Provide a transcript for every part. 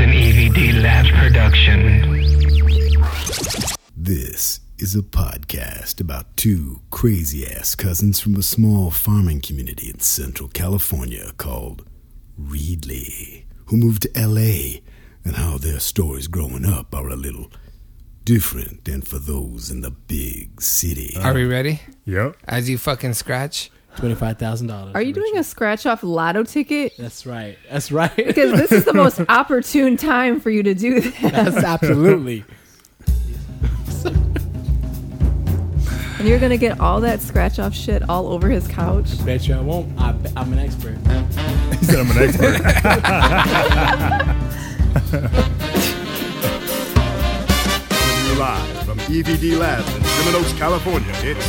ADD Labs production. This is a podcast about two crazy ass cousins from a small farming community in central California called Reedley, who moved to LA, and how their stories growing up are a little different than for those in the big city. Are we ready? Yep. As you fucking scratch. Twenty-five thousand dollars. Are you doing a scratch-off lotto ticket? That's right. That's right. Because this is the most opportune time for you to do that. That's absolutely. and you're gonna get all that scratch-off shit all over his couch. I bet you I won't. I, am an expert. Uh-huh. he said I'm an expert. Live from EVD Labs in Seminole, California. It's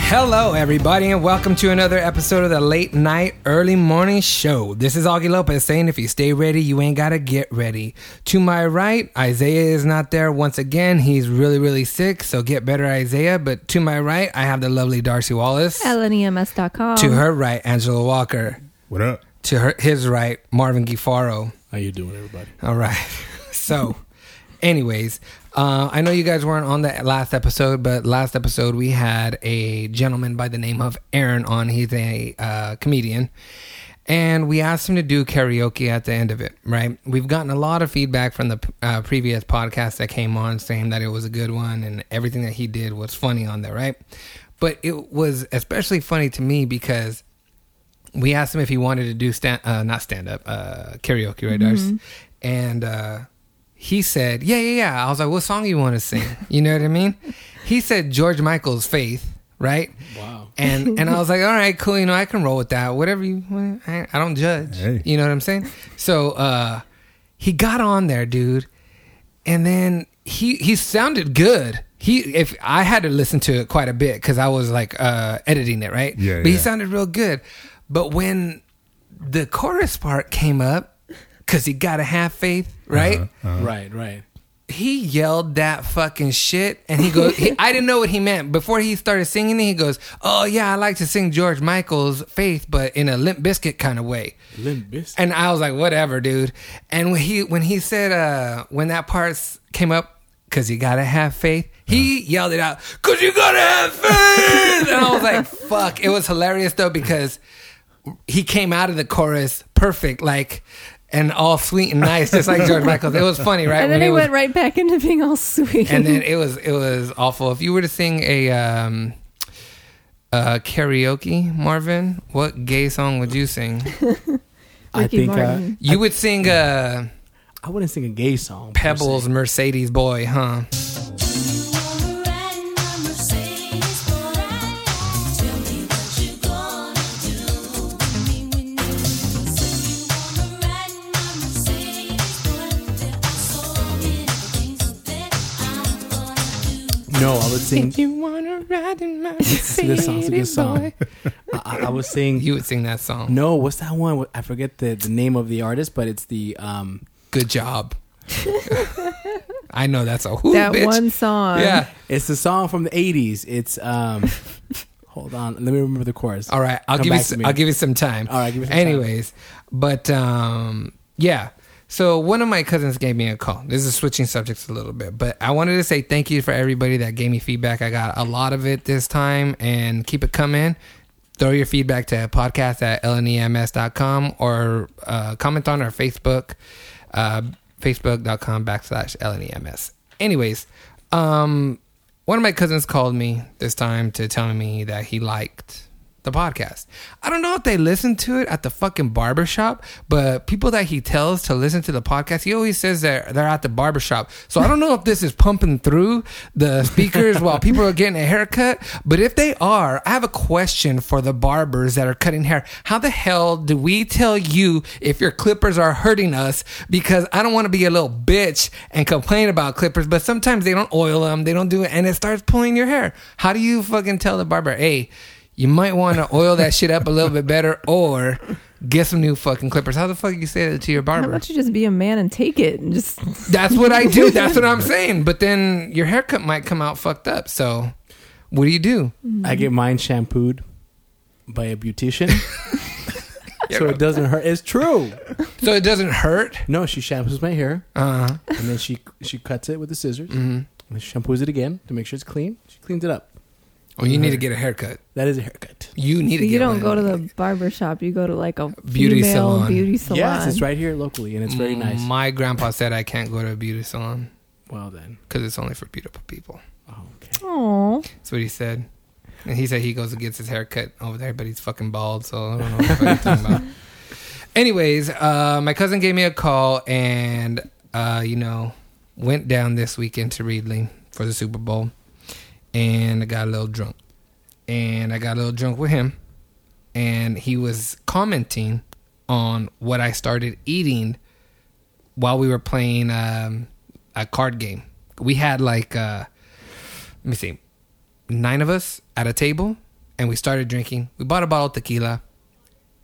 Hello, everybody, and welcome to another episode of the Late Night Early Morning Show. This is Augie Lopez saying, if you stay ready, you ain't gotta get ready. To my right, Isaiah is not there once again. He's really, really sick, so get better, Isaiah. But to my right, I have the lovely Darcy Wallace. LNEMS.com. To her right, Angela Walker. What up? To her, his right, Marvin Gifaro. How you doing, everybody? All right. So, anyways, uh, I know you guys weren't on that last episode, but last episode we had a gentleman by the name of Aaron on. He's a uh, comedian. And we asked him to do karaoke at the end of it, right? We've gotten a lot of feedback from the uh, previous podcast that came on saying that it was a good one and everything that he did was funny on there, right? But it was especially funny to me because we asked him if he wanted to do stand, not stand up, karaoke, right, mm-hmm. And, uh, he said, Yeah, yeah, yeah. I was like, What song you want to sing? You know what I mean? He said George Michael's Faith, right? Wow. And and I was like, All right, cool, you know, I can roll with that. Whatever you want, I, I don't judge. Hey. You know what I'm saying? So uh he got on there, dude, and then he he sounded good. He if I had to listen to it quite a bit because I was like uh editing it, right? Yeah. But he yeah. sounded real good. But when the chorus part came up, because he gotta have faith, right? Uh-huh, uh-huh. Right, right. He yelled that fucking shit, and he goes. he, I didn't know what he meant before he started singing it. He goes, "Oh yeah, I like to sing George Michael's Faith, but in a Limp Biscuit kind of way." Limp Biscuit. And I was like, "Whatever, dude." And when he when he said uh when that part came up, cause you gotta have faith. He uh-huh. yelled it out, cause you gotta have faith. and I was like, "Fuck!" It was hilarious though because he came out of the chorus perfect, like and all sweet and nice, just like George Michael. It was funny, right? And then he went right back into being all sweet. And then it was it was awful. If you were to sing a um, uh, karaoke, Marvin, what gay song would you sing? I think I, you I, uh, would sing. Uh, I wouldn't sing a gay song. Pebbles, Mercedes Boy, huh? No, I would sing. If you wanna ride in my Mercedes, this sounds a good song. I, I, would sing. You would sing that song. No, what's that one? I forget the, the name of the artist, but it's the. um Good job. I know that's a who that bitch. one song. Yeah, it's the song from the '80s. It's um, hold on, let me remember the chorus. All right, I'll Come give you. Some, I'll give you some time. All right, give me Anyways, time. but um, yeah, so one of my cousins gave me a call. This is switching subjects a little bit, but I wanted to say thank you for everybody that gave me feedback. I got a lot of it this time and keep it coming. Throw your feedback to podcast at E lnems.com or uh, comment on our Facebook, uh, facebook.com backslash lnems. Anyways, um, one of my cousins called me this time to tell me that he liked the podcast. I don't know if they listen to it at the fucking barbershop, but people that he tells to listen to the podcast, he always says they're, they're at the barbershop. So I don't know if this is pumping through the speakers while people are getting a haircut, but if they are, I have a question for the barbers that are cutting hair. How the hell do we tell you if your clippers are hurting us? Because I don't want to be a little bitch and complain about clippers, but sometimes they don't oil them, they don't do it, and it starts pulling your hair. How do you fucking tell the barber, hey, you might want to oil that shit up a little bit better or get some new fucking clippers. How the fuck you say that to your How barber? about you just be a man and take it and just That's what I do. That's what I'm saying. But then your haircut might come out fucked up. So what do you do? Mm-hmm. I get mine shampooed by a beautician, so it doesn't hurt. It's true. So it doesn't hurt. No, she shampoos my hair, Uh, and then she she cuts it with the scissors, mm and shampoos it again to make sure it's clean. She cleans it up. Or Oh, you need to get a haircut. That is a haircut. You need to. you get one. don't go to the barber shop. You go to like a Beauty female salon. Beauty salon. Yes, it's right here locally, and it's very nice. My grandpa said I can't go to a beauty salon well then, because it's only for beautiful people. oh, okay. Aw. That's what he said. And he said he goes and gets his haircut over there, but he's fucking bald, so I don't know what the fuck he's talking about. Anyways, uh, my cousin gave me a call and, uh, you know, went down this weekend to Reedley for the Super Bowl. And I got a little drunk. And I got a little drunk with him. And he was commenting on what I started eating while we were playing um, a card game. We had like, uh, let me see, nine of us at a table and we started drinking. We bought a bottle of tequila.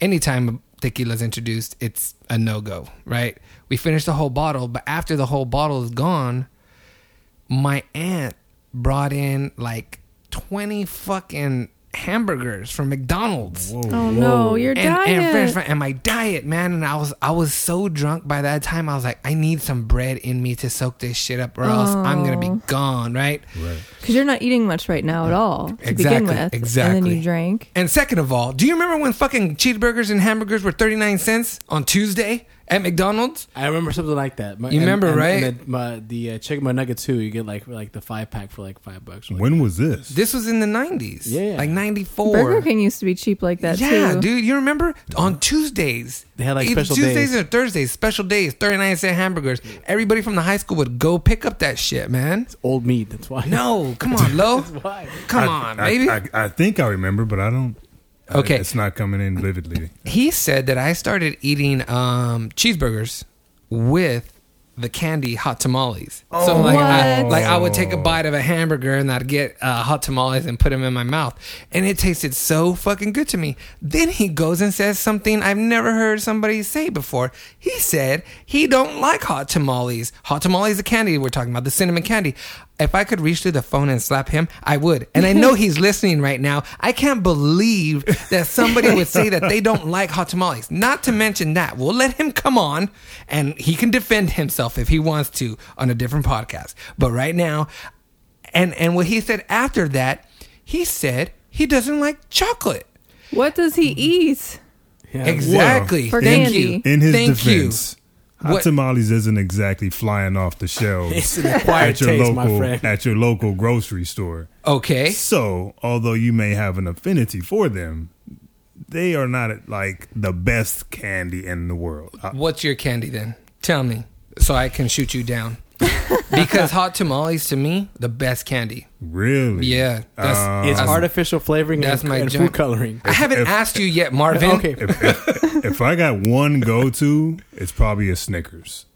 Anytime tequila's introduced, it's a no go, right? We finished the whole bottle, but after the whole bottle is gone, my aunt brought in like 20 fucking hamburgers from McDonald's Oh no, you're and, dying. and French fry and my diet, man. And I was I was so drunk by that time. I was like, I need some bread in me to soak this shit up, or else I'm gonna Oh. be gone, right? Because you're not eating much right now at all to begin Exactly, with. And then exactly. you drank. And second of all, do you remember when fucking cheeseburgers and hamburgers were 39 cents on Tuesday at McDonald's? I remember something like that. My, You remember, right? And the my, the uh, chicken McNugget too. You get like like the five pack for like five bucks. Or, like, When was this? This was in the 90s. Yeah. Like 94. Burger King used to be cheap like that yeah, too. dude, you remember on Tuesdays They had, like, either special Tuesdays days. or Thursdays, special days, thirty nine cent hamburgers. Everybody from the high school would go pick up that shit, man. old meat. That's why. No, come on, Lo, Why? come I- on, I, baby. I, I think I remember, but I don't. I- Okay. it's not coming in vividly. he said that I started eating um, cheeseburgers with the candy hot tamales. so like, I, What? like I would take a bite of a hamburger and I'd get uh, hot tamales and put them in my mouth, and it tasted so fucking good to me. Then he goes and says something I've never heard somebody say before. He said he don't like hot tamales. Hot tamales, the candy we're talking about, the cinnamon candy. If I could reach through the phone and slap him, I would. And I know he's listening right now. I can't believe that somebody would say that they don't like hot tamales. Not to mention that. We'll let him come on and he can defend himself if he wants to on a different podcast. But right now, and and what he said after that, he said he doesn't like chocolate. What does Mm-hmm. he eat? Yeah. Exactly. For Thank candy. you. In his Thank defense, hot What- tamales isn't exactly flying off the shelves It's an acquired at your taste, my local friend. at your local grocery store. you. Okay. So, although you may have an affinity for them, they are not like the best candy in the world. Uh, I- What's your candy then? Tell me so I can shoot you down. because hot tamales to me, the best candy. really? Yeah, that's- Um, It's That's- artificial flavoring that's and, my and junk. food coloring. I haven't if- asked you yet, Marvin. Okay, if I got one go to, it's probably a Snickers.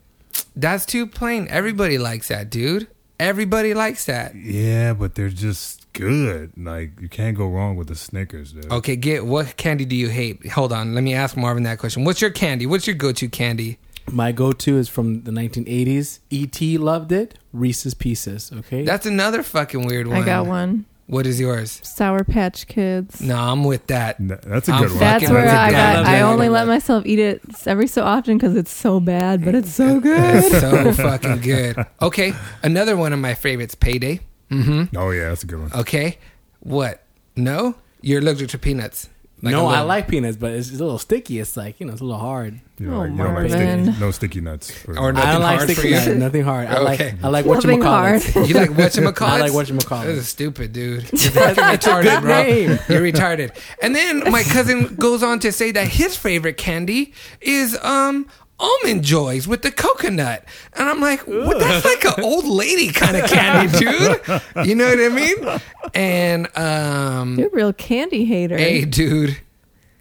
That's too plain. Everybody likes that, dude. Everybody likes that. Yeah, but they're just good. Like you can't go wrong with the Snickers, dude. Okay, get what candy do you hate? Hold on, let me ask Marvin that question. What's your candy? What's your go-to candy? my go-to is from the 1980s. E.T. loved it. Reese's Pieces. Okay, That's another fucking weird one. I got one. What is yours? Sour Patch Kids. No, I'm with that. Th- That's a I'm good one. That's Mm. Fucking where that's a I good got. one. I only Yeah. let myself eat it every so often because it's so bad, but it's Mm. so good. It's so fucking good. Okay, another one of my favorites, Payday. Mm-hmm. Oh yeah, that's a good one. Okay, what? No, you're allergic to peanuts. Like a no, I little- like peanuts, but it's, it's a little sticky. It's like you know, it's a little hard. You Oh, like- you don't like Marvin. sticky, no sticky nuts. for- Or I Nothing don't like hard for sticky you? nuts. Nothing hard. I Okay. like I like what Nothing hard. You like whatchamacallit? I like whatchamacallit. This is stupid, dude. You're fucking retarded, bro. name. You're retarded. And then my cousin goes on to say that his favorite candy is um almond joys with the coconut. And I'm like, what? That's like an old lady kind of candy, dude. You know what I mean? And um, You're a real candy hater. hey, dude,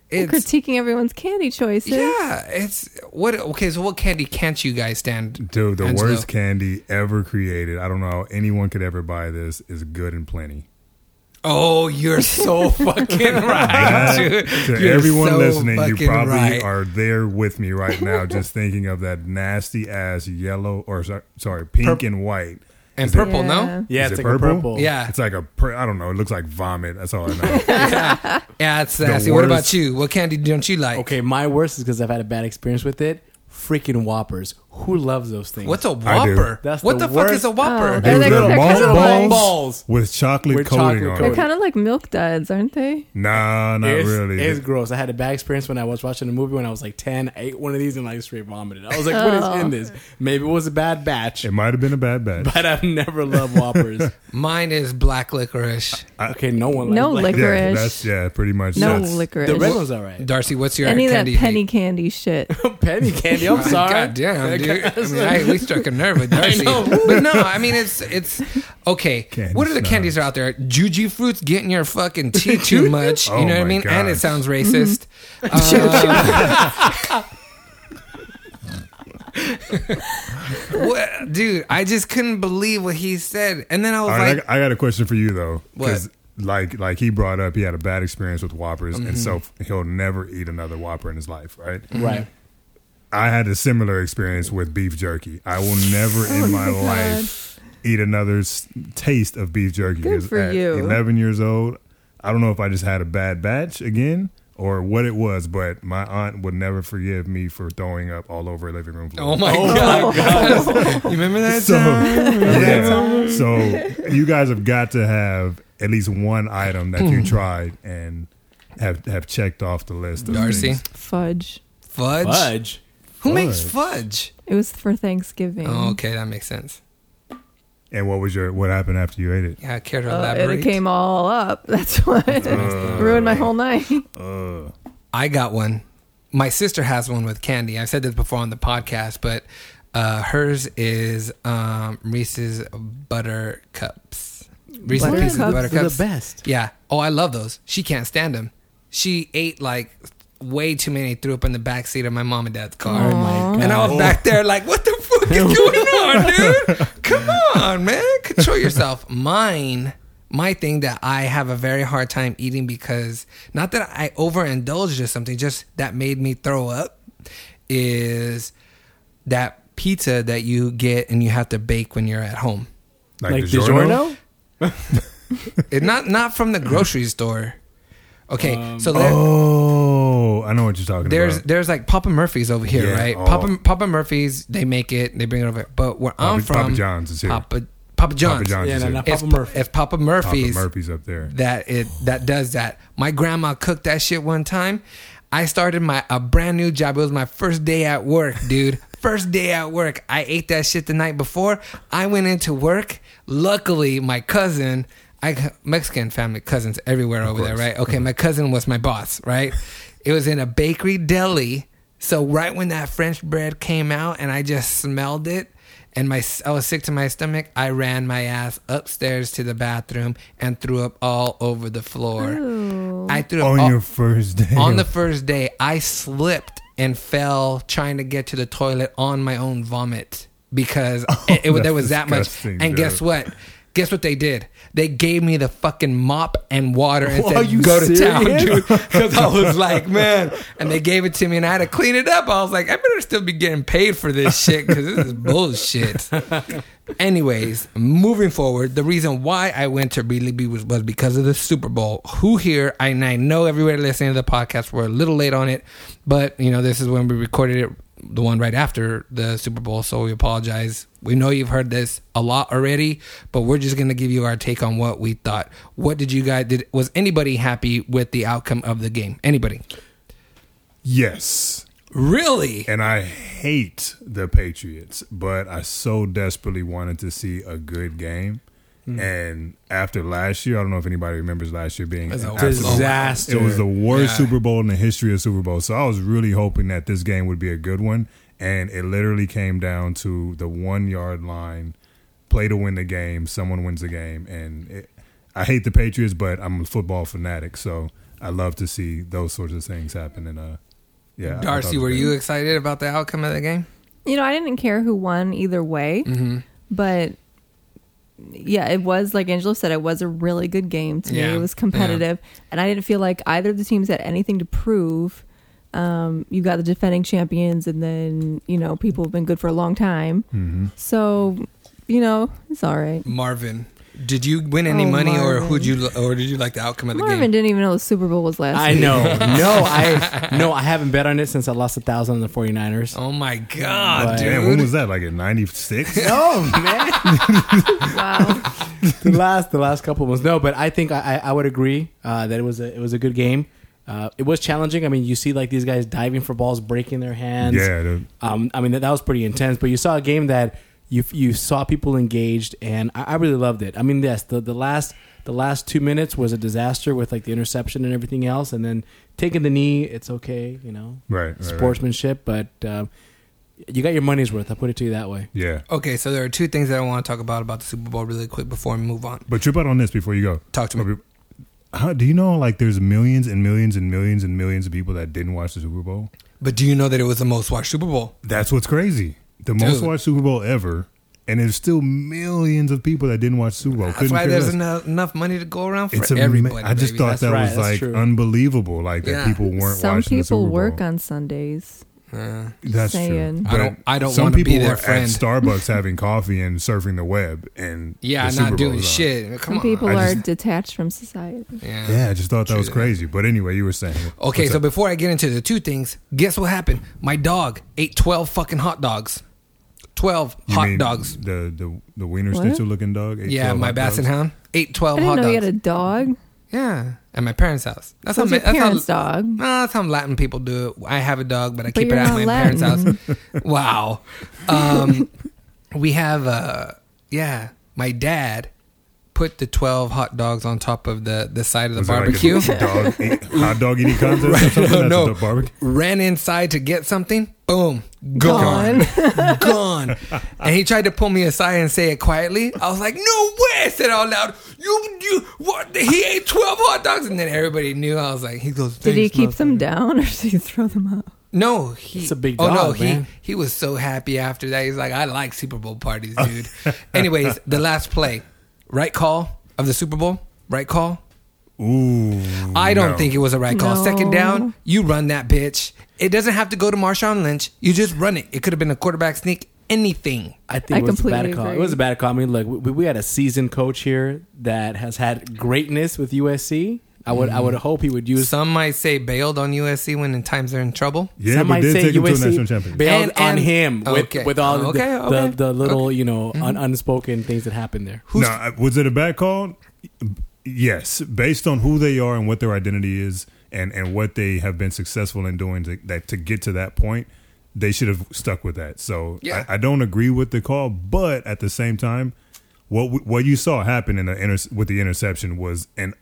You're it's critiquing everyone's candy choices. yeah, it's what? Okay, so what candy can't you guys stand? Dude, the Angelo? worst candy ever created. I don't know how anyone could ever buy this. Is good and plenty. Oh, you're so fucking right, dude. To You're everyone so listening, you fucking probably right. are there with me right now, just thinking of that nasty ass yellow or so- sorry, pink and white. And Is it- purple, Yeah. no? Yeah, Is it's it like a purple? purple. Yeah, It's like a pr- I don't know. It looks like vomit. That's all I know. yeah, it's nasty. What worst- about you? What candy don't you like? Okay, my worst is because I've had a bad experience with it. Freaking Whoppers. Who loves those things? What's a I do. Whopper? That's what the, the fuck worst. is a Oh, Whopper? they're, Dude, like, little they're malt kind of balls? like, balls? With chocolate With coating chocolate on coating. they're it. kind of like milk duds, aren't they? Nah, not it's, really. It's gross. I had a bad experience when I was watching a movie when I was like ten. I ate one of these and like straight vomited. I was like, what is Oh. in this? Maybe it was a bad batch, it might have been a bad batch. but I've never loved Whoppers. Mine is black licorice. okay, no one. No likes liquor. Yeah, Licorice. that's yeah, pretty much. No that's- licorice. The red one's all right. Darcy, what's your Any of that candy? penny candy shit. Penny candy. I'm My sorry. God damn, dude. Oh, I mean, I, we struck a nerve with I Darcy. know. But no, I mean, it's it's okay. Candy what are the snobs. candies that are out there? Juju fruits getting your fucking tea too much. Oh you know what I my mean? And it gosh. sounds racist. Uh, what, dude, I just couldn't believe what he said. And then I was All right, like, I, I got a question for you though, because like like he brought up, he had a bad experience with Whoppers, and so f- he'll never eat another Whopper in his life, right? Right. I had a similar experience with beef jerky. I will never in my, life eat another s- taste of beef jerky. Good 'cause for at you. Eleven years old, I don't know if I just had a bad batch again or what it was, but my aunt would never forgive me for throwing up all over her living room floor. oh my God. you remember that? So, time? yeah. so you guys have got to have at least one item that Hmm. you tried and have have checked off the list. Of Darcy, things. Fudge. fudge. Fudge. Who makes fudge? It was for Thanksgiving. Oh, okay, that makes sense. And what was your what happened after you ate it? Yeah, I care to Uh, elaborate. Uh, it came all up. That's why ruined my whole night. I got one. My sister has one with candy. I've said this before on the podcast, but uh, hers is um, Reese's Butter Cups. Reese's Butter Pieces Cups Butter are the Cups. best. Yeah. Oh, I love those. She can't stand them. She ate like way too many, threw up in the back seat of my mom and dad's car. Oh my god. And I was back there like, what the fuck is going on, dude? Come on, man. Control yourself. Mine, my thing that I have a very hard time eating because not that I overindulged or something, just that made me throw up is that pizza that you get and you have to bake when you're at home. like DiGiorno? DiGiorno? It, not not from the grocery store. Okay, so there- Oh, I know what you're talking there's about. there's like Papa Murphy's over here, Yeah, right? oh. Papa Papa Murphy's, they make it, they bring it over. But where I'm Papa- from, Papa John's is here. Papa Papa John's. Papa John's. Yeah, is no, it. no. If Papa Murphy. If Papa Papa Murphy's, Murphy's up there. that it that does that. My grandma cooked that shit one time. I started my a brand new job. It was my first day at work, dude. First day at work. I ate that shit the night before. I went into work. Luckily, my cousin, I Mexican family cousins everywhere over there, right? Okay, my cousin was my boss, right? It was in a bakery deli. So right when that French bread came out and I just smelled it, and my I was sick to my stomach. I ran my ass upstairs to the bathroom and threw up all over the floor. I threw up on all- your first day. on the first day. I slipped and fell trying to get to the toilet on my own vomit because Oh, it, it, was- there was that that's much. disgusting, And guess dude. what? Guess what they did? They gave me the fucking mop and water and Whoa, are said, you "Go to town, serious? dude." Because I was like, "Man," and they gave it to me, and I had to clean it up. I was like, "I better still be getting paid for this shit because this is bullshit." Anyways, moving forward, the reason why I went to Really Be was, was because of the Super Bowl. Who here, and I know everywhere listening to the podcast, we're a little late on it, but you know, this is when we recorded it the one right after the Super Bowl. So we apologize. We know you've heard this a lot already, but we're just going to give you our take on what we thought. What did you guys did? Was anybody happy with the outcome of the game? Anybody? Yes. Really? And I hate the Patriots, but I so desperately wanted to see a good game. Hmm. And after last year, I don't know if anybody remembers last year being It was an a absolute- disaster. It was the worst Yeah. Super Bowl in the history of Super Bowl. So I was really hoping that this game would be a good one, and it literally came down to the one yard line, play to win the game. Someone wins the game, and it, I hate the Patriots, but I'm a football fanatic, so I love to see those sorts of things happen. And uh, yeah, I thought Darcy, it was were great. you excited about the outcome of the game? You know, I didn't care who won either way, but yeah, it was like Angelo said, it was a really good game to Yeah. me. It was competitive, and I didn't feel like either of the teams had anything to prove. Um, you got the defending champions, and then you know people have been good for a long time, so you know it's all right. Marvin, did you win any Oh, money, or Marvin. who'd you, or did you like the outcome of the Marvin game? didn't even know the Super Bowl was last. I week. know. No, I no, I haven't bet on it since I lost a thousand on the 49ers. Oh my god, But- dude! Damn, when was that? Like in '96? Oh man. Wow, the last the last couple ones. No, but I think I, I, I would agree uh, that it was a it was a good game. Uh, it was challenging. I mean, you see like these guys diving for balls, breaking their hands. Yeah, dude. Um, I mean that, that was pretty intense. But you saw a game that you you saw people engaged, and I, I really loved it. I mean, yes, the the last the last two minutes was a disaster with like the interception and everything else, and then taking the knee. It's okay, you know, Right, right, right. sportsmanship. But um, you got your money's worth. I put it to you that way. Yeah. Okay, so there are two things that I want to talk about about the Super Bowl really quick before we move on. But trip out on this before you go. Talk to me. How, do you know like there's millions and millions and millions and millions of people that didn't watch the Super Bowl? But do you know that it was the most watched Super Bowl? That's what's crazy. The most Dude. watched Super Bowl ever, and there's still millions of people that didn't watch Super Bowl. That's Couldn't why care there's less. eno- enough money to go around for It's ama- everybody. I just baby. thought That's that right, was that's like true. unbelievable. Like that Yeah. people weren't some watching the Super people Bowl. work on Sundays. Uh, That's saying. true. I don't- But I don't Some wanna be people their were friend. at Starbucks having coffee and surfing the web, and yeah, the I'm Super not Bowl doing was on. shit. Come Some on. people I are just- detached from society. yeah. Yeah, I just thought that was True. crazy. But anyway, you were saying Okay, What's so up? before I get into the two things, guess what happened? My dog ate 12 fucking hot dogs. 12 You hot mean dogs. The the the wiener What? schnitzel looking dog. ate Yeah, 12 my hot dogs? Basset Hound ate 12 I didn't hot know dogs. you had a dog. yeah, at my parents' house. That's So it's ma- your parents' dog. No, that's how Latin people do it. I have a dog, but I But keep it you're at my not parents' house. wow. Um, we have, uh, yeah, my dad put the 12 hot dogs on top of the, the side of the Was it like a barbecue. dog eat- hot dog eating contest or something? That's no, what no. the barbecue. Ran inside to get something. Boom. Gone. Gone. And he tried to pull me aside and say it quietly. I was like, no way. I said out loud, you, you, what? He ate 12 hot dogs. And then everybody knew. I was like, he goes, Did he "Thanks, keep motherfucker." them down or did he throw them out? No, he, It's a big Oh no, dog, man. he he was so happy after that. He's like, I like Super Bowl parties, dude. Anyways, the last play, right call of the Super Bowl, right call. Ooh, I don't no. think it was a right call. No. Second down, you run that bitch. It doesn't have to go to Marshawn Lynch. You just run it. It could have been a quarterback sneak. Anything. I think I it was a completely bad call. It agree. was a bad call. I mean, look, we, we had a seasoned coach here that has had greatness with USC. I would Mm-hmm. I would hope he would use Some might say bailed on USC when in times they're in trouble. Yeah, Some we might did say take him to a USC national championship. bailed And- on and- him with, okay. with all Okay, the, okay. Mm-hmm. the the little you know un, unspoken things that happened there. No, I- uh, was it a bad call? Yes, based on who they are and what their identity is, and and what they have been successful in doing to, that to get to that point, they should have stuck with that. So Yeah. I, I don't agree with the call, but at the same time, what w- what you saw happen in the inter- with the interception was an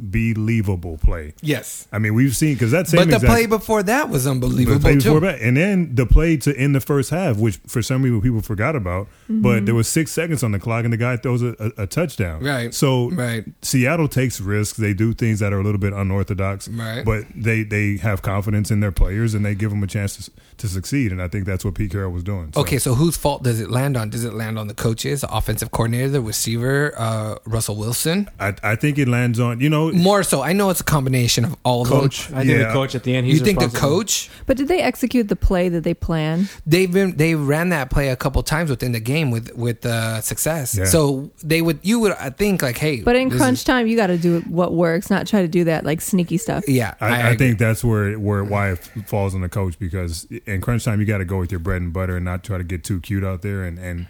unbelievable play. Yes. I mean, we've seen because that same but the exact- play before that was unbelievable the play too. before that. And then the play to end the first half, which for some people people forgot about, Mm-hmm. but there was six seconds on the clock and the guy throws a, a, a touchdown. Right. So Right. Seattle takes risks. They do things that are a little bit unorthodox. Right. But they they have confidence in their players and they give them a chance to, s- to succeed. And I think that's what Pete Carroll was doing. So- Okay, so whose fault does it land on? Does it land on the coaches, the offensive coordinator, the receiver, uh, Russell Wilson? I, I think it lands depends on you know More so, I know it's a combination of all of Coach, them. I think Yeah. the coach at the end. He's You think the responsible. coach? But did they execute the play that they planned? They've been they ran that play a couple times within the game with with uh, success. Yeah. So they would you would I think like hey, But in this crunch is- time, you got to do what works, not try to do that like sneaky stuff. yeah, I, I, agree. think that's where it- where why it falls on the coach because in crunch time you got to go with your bread and butter and not try to get too cute out there and and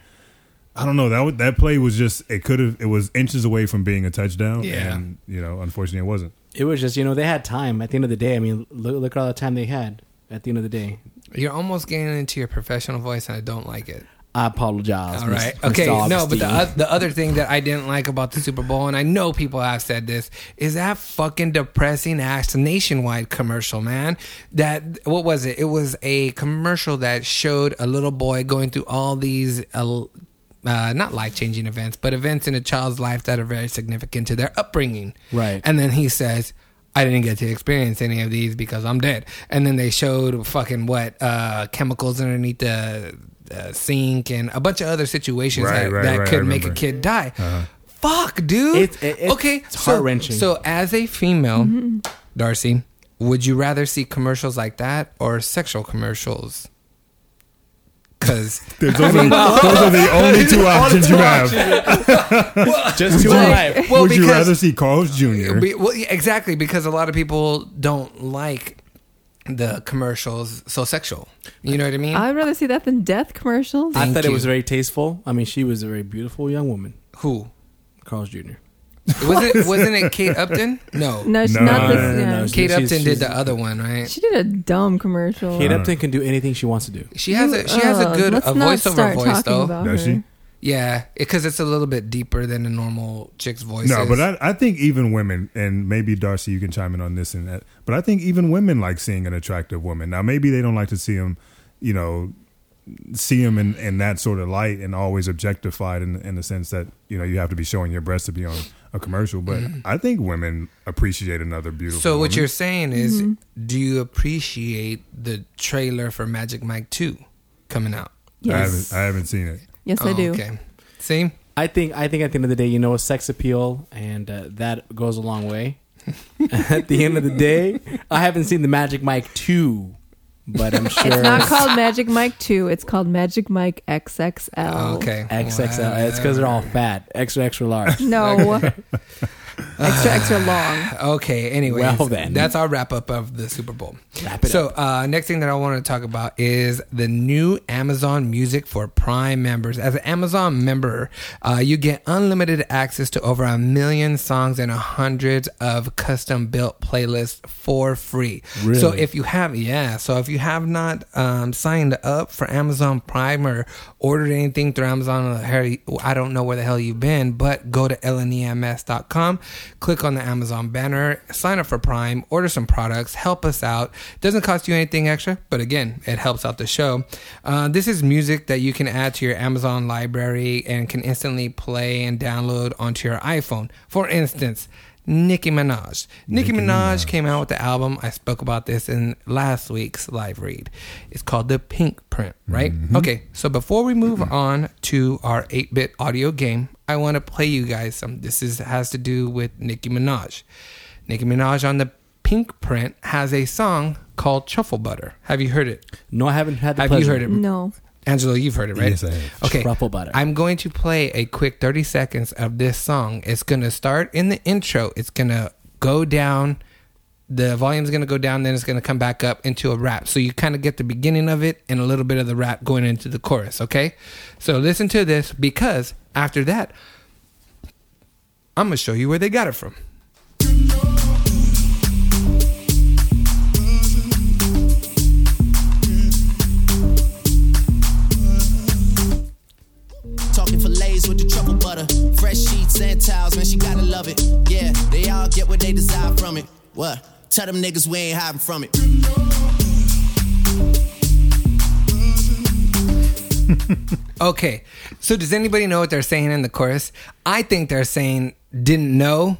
I don't know that wa- that play was just it could have it was inches away from being a touchdown Yeah. and you know unfortunately it wasn't It was just you know they had time at the end of the day. I mean, look, look at all the time they had at the end of the day. you're almost getting into your professional voice, and I don't like it. I apologize. All Mr. right. Mr. Okay. No, but Augustine. the, oth- the other thing that I didn't like about the Super Bowl, and I know people have said this, is that fucking depressing ass nationwide commercial, man. That, what was it? It was a commercial that showed a little boy going through all these. Uh, uh, not life changing events, but events in a child's life that are very significant to their upbringing. Right. And then he says, I didn't get to experience any of these because I'm dead. And then they showed fucking what uh, chemicals underneath the uh, sink and a bunch of other situations Right, that, right, that right, I could make a remember. Uh-huh. kid die. Fuck, dude. It's- it- it's- okay, it's so- heart-wrenching. So, as a female, Darcy, would you rather see commercials like that or sexual commercials? Because those are, the, those are the only two options you have. just to Would you- arrive. Well, Would you because- rather see Carl's Jr. Be- well, yeah, exactly, because a lot of people don't like the commercials so sexual. You know what I mean? I'd rather see that than death commercials. I Thank thought it you. was very tasteful. I mean, she was a very beautiful young woman, Who Carl's Jr. was it? Wasn't it Kate Upton? No, no, she's No, not no, this. no, yeah. no, no. Kate She's- Upton she's- did the other one, right? She did a dumb commercial. Kate Uh, Upton can do anything she wants to do. She has a she has Ugh, a good a uh, let's not voiceover start voice talking though. about Does her. she? Yeah, because it's a little bit deeper than a normal chick's voice. No, is. but I, I think even women, and maybe Darcy, you can chime in on this and that. But I think even women like seeing an attractive woman. Now, maybe they don't like to see them, you know, see them in, in that sort of light and always objectified in, in the sense that you know you have to be showing your breasts to be on a commercial. But I think women appreciate another beautiful. so what woman. you're saying is, Mm-hmm. do you appreciate the trailer for Magic Mike Two coming out? I Yes, haven't, I haven't seen it. yes, I Oh, do. Okay, see, I think. I think at the end of the day, you know, sex appeal and uh, that goes a long way. at the end of the day, I haven't seen the Magic Mike two, but I'm sure It's not called Magic Mike Two. It's called Magic Mike XXL. Oh, okay, XXL. It's because they're all fat, extra extra large. No, extra extra long. Okay, anyways, Well then. that's our wrap up of the Super Bowl. Wrap it so, Uh, next thing that I want to talk about is the new Amazon Music for Prime members. As an Amazon member, uh, you get unlimited access to over a million songs and hundreds of custom built playlists for free. So, Really? if you have, yeah, so if you have not um, signed up for Amazon Prime or ordered anything through Amazon, or the hell- I don't know where the hell you've been, but go to E lnems.com, click on the Amazon banner, sign up for Prime, order some products, help us out. Doesn't cost you anything extra, but again, it helps out the show. Uh, this is music that you can add to your Amazon library and can instantly play and download onto your iPhone. For instance, Nicki Minaj. Nicki, Minaj, came out with the album. I spoke about this in last week's live read. It's called The Pink Print, right? Okay, so before we move on to our 8 bit audio game, I want to play you guys some. This is has to do with Nicki Minaj. Nicki Minaj on The Pink Print has a song called Truffle Butter. Have you heard it? No, I haven't had. The Have you pleasure. heard it? No, Angelo, you've heard it, right? Yes, I have. Okay. Truffle butter. I'm going to play a quick 30 seconds of this song. It's going to start in the intro. It's going to go down. The volume's going to go down, then it's going to come back up into a rap. So you kind of get the beginning of it and a little bit of the rap going into the chorus, okay? So listen to this because after that, I'm going to show you where they got it from. Talking fillets with the trouble butter. Fresh sheets and towels, man, she gotta love it. Yeah, they all get what they desire from it. What? Tell them niggas we ain't hiding from it. Okay. So does anybody know what they're saying in the chorus? I think they're saying didn't know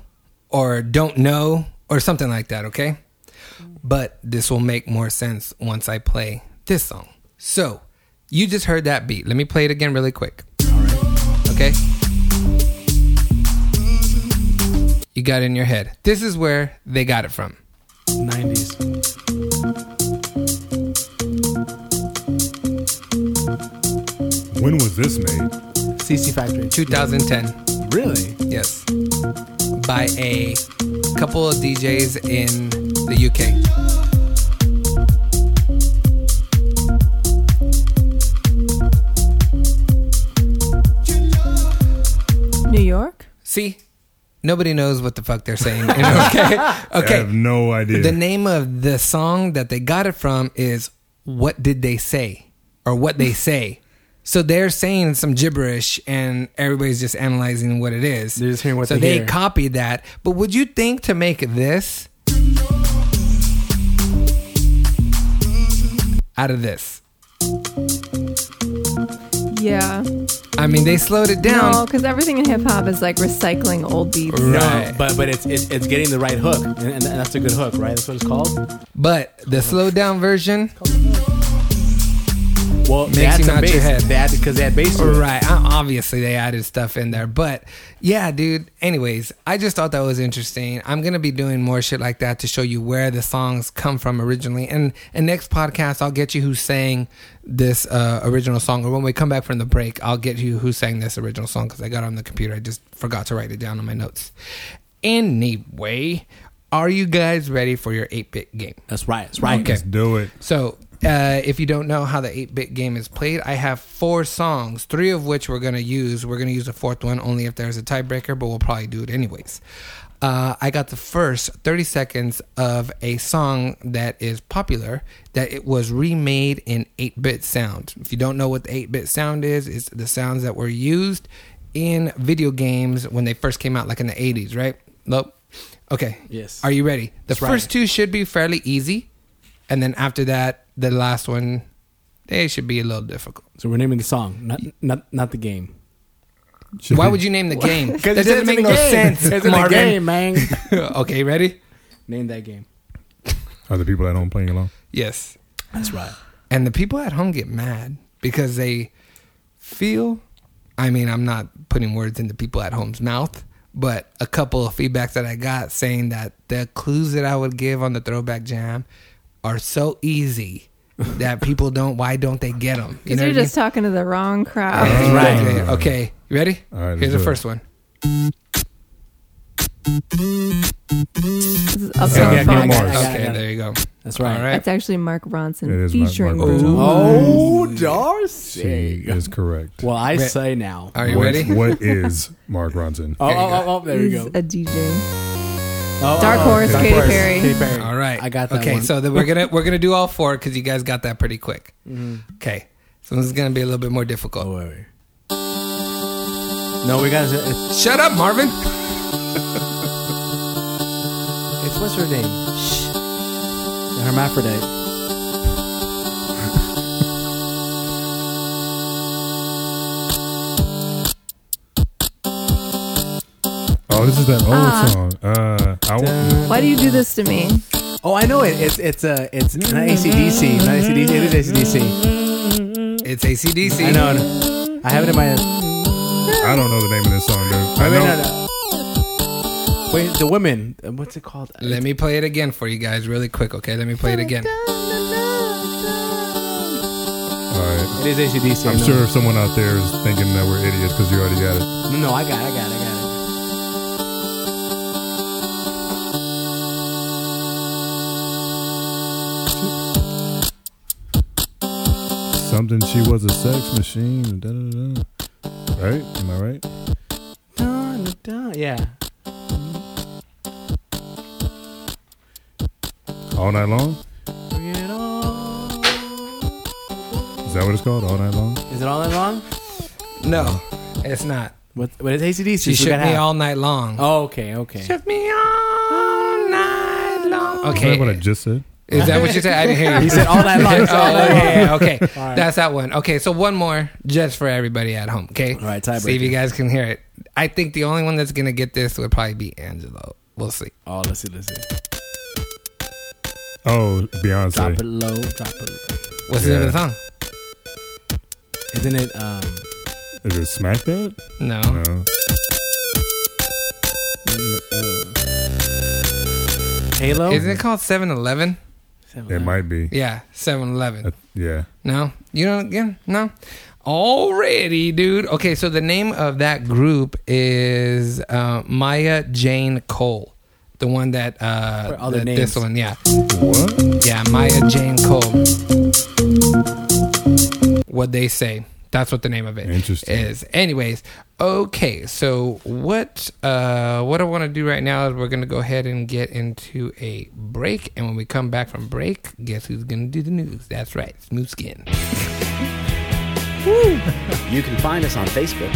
or don't know or something like that, okay? But this will make more sense once I play this song. So, you just heard that beat. Let me play it again really quick. Okay? you got it in your head. This is where they got it from. 90s. When was this made? CC Factory. 2010. Really? Yes. By a couple of DJs in the UK. New York? See? Nobody knows what the fuck they're saying. okay. I have Okay. no idea. The name of the song that they got it from is What Did They Say? Or What They Say. So they're saying some gibberish and everybody's just analyzing what it is. They're just hearing what so they they hear. copied that. But would you think to make this out of this? Yeah. I mean, they slowed it down. No, because everything in hip hop is like recycling old beats. No, Right. but but it's it's, it's getting the right hook, and, and that's a good hook, right? That's what it's called. But the slowed down version, Well, they Makes had you some nod bass. your head. They had because they had bass. to it. right? uh, Obviously, they added stuff in there. But yeah, dude. Anyways, I just thought that was interesting. I'm gonna be doing more shit like that to show you where the songs come from originally. And and next podcast, I'll get you who sang this uh, original song. Or when we come back from the break, I'll get you who sang this original song because I got it on the computer. I just forgot to write it down on my notes. Anyway, are you guys ready for your 8-bit game? That's right. That's right. Okay. Do it. So, uh, if you don't know how the 8 bit game is played, I have four songs, three of which we're going to use. We're going to use the fourth one only if there's a tiebreaker, but we'll probably do it anyways. Uh, I got the first 30 seconds of a song that is popular that it was remade in 8 bit sound. If you don't know what the 8 bit sound is, it's the sounds that were used in video games when they first came out, like in the 80s, right? Nope. Okay. Yes. Are you ready? The That's right. first two should be fairly easy, and then after that, the last one, they should be a little difficult. So we're naming the song, not not not the game. Why would you name the game? That it doesn't is make in no the game. sense, It's in the game, Marvin. man. okay, ready? Name that game. Are the people at home playing along? Yes. That's right. And the people at home get mad because they feel. I mean, I'm not putting words into people at home's mouth, but a couple of feedbacks that I got saying that the clues that I would give on the throwback jam are so easy that people don't. Why don't they get them? Because you're just talking to the wrong crowd. Uh-huh. That's Right. right. Oh. Okay. You ready? All right, let's Here's the do it. first one. This is uptown Yeah, yeah, I got it, I got it, funk. I Okay, got it. there you go. That's right. All right. That's actually Mark Ronson It is Mark- featuring Mark Bruno Ronson. Mars. Oh, She Darcy. is correct. Well, I Re- say now. Are you What- ready? what is Mark Ronson? Oh, oh, There you oh, go. oh, there you He's go. a DJ. Oh, Dark oh, Horse, Dark Katy Horse, Perry. Katy Perry. All right. I got that Okay, one. so then we're gonna we're gonna do all four because you guys got that pretty quick. Mm-hmm. Okay, so this is gonna be a little bit more difficult. Oh, wait, wait. No, we got to. Shut up, Marvin. It's what's her name? The hermaphrodite. Oh, this is that old song. Uh, I want. Why do you do this to me? Oh, I know it. It's it's uh, it's not ACDC. Not ACDC. It is ACDC. It's ACDC. I know. I know. I have it in my head. I don't know the name of this song, dude. I Wait, no, know. no. Wait, the women. Uh, What's it called? Let me play it again for you guys, really quick. Okay, let me play it again. All right. It is ACDC. I I'm know. sure if someone out there is thinking that we're idiots because you already got it. No, no, I got it. I got it. I got Something. She was a sex machine. Da, da, da. da. Right? Am I right? it. Dun, dun, dun. Yeah. All night long. Bring it on. Is that what it's called? All night long. Is it all that long? No, it's not. What? What is ACDC? She So we shook gotta me have- all night long. Oh, okay. Okay. Shook me all night long. Is that what I Okay, just said? is that what you said? I didn't hear you. He said all that long. He said all oh, that long. okay, okay. All right. That's that one. Okay, so one more just for everybody at home. Okay, All right, tiebreaker. See if you guys can hear it. I think the only one that's gonna get this would probably be Angelo. We'll see. Oh, let's see. Let's see. Oh, Drop it Beyonce. low. Drop it. Low. What's the name of the song? Isn't it? Um. Is it Smack That? No. No. Halo? Isn't it called 7 Eleven? It might be. Yeah, 7 Uh, Eleven. yeah. No? You don't? Yeah, no? Already, dude. Okay, so the name of that group is uh, Maya Jane Cole. The one that, uh, What other the- names? this one, yeah. What? Yeah, Maya Jane Cole. What they say. That's what the name of it Interesting. is. Anyways, okay. So what uh, what I want to do right now is we're gonna go ahead and get into a break, and when we come back from break, guess who's gonna do the news? That's right, Smooth Skin. You can find us on Facebook.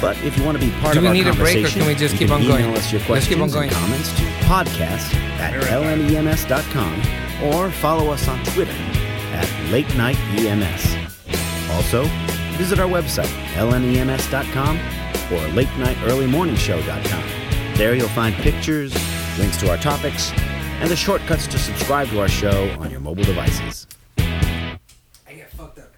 But if you want to be part Do of we our need a break, or conversation, can we just you keep on email going? us your Let's keep questions on going. and comments to podcast at E lnems.com or follow us on Twitter at Late Night EMS. Also, visit our website, E lnems.com or late night early morning show.com. There you'll find pictures, links to our topics, and the shortcuts to subscribe to our show on your mobile devices. I get fucked up.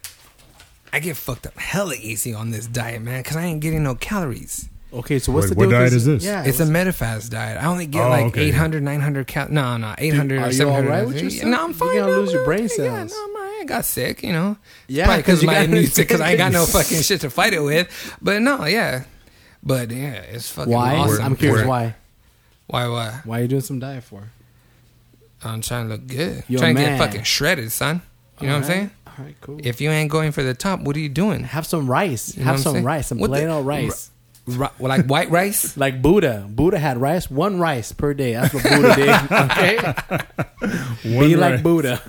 I get fucked up hella easy on this diet, man, because I ain't getting no calories. Okay, so what's Wait, the what deal with diet is this? Yeah, it's a Metafast diet. I only get Oh, like okay. 800, 900 cal. No, no, 800 Dude, or are you all 700. right with yourself? No, I'm fine. You're gonna no, lose your no, brain yeah, cells. no, I'm all right. I got sick, you know. Yeah, because 'cause you my got- immune sick because I ain't got no fucking shit to fight it with. But no, yeah. But yeah, it's fucking why? awesome. I'm curious Why? why. Why? Why? Why are you doing some diet for? I'm trying to look good. You're trying to get mad. fucking shredded, son. You know what I'm saying? All right, cool. If you ain't going for the top, what are you doing? have some rice. You know what have I'm some saying? rice. Some What the- plain old rice. Ri- well, like white rice. Like Buddha. Buddha had rice, one rice per day. That's what Buddha did. Okay. One Be rice. like Buddha.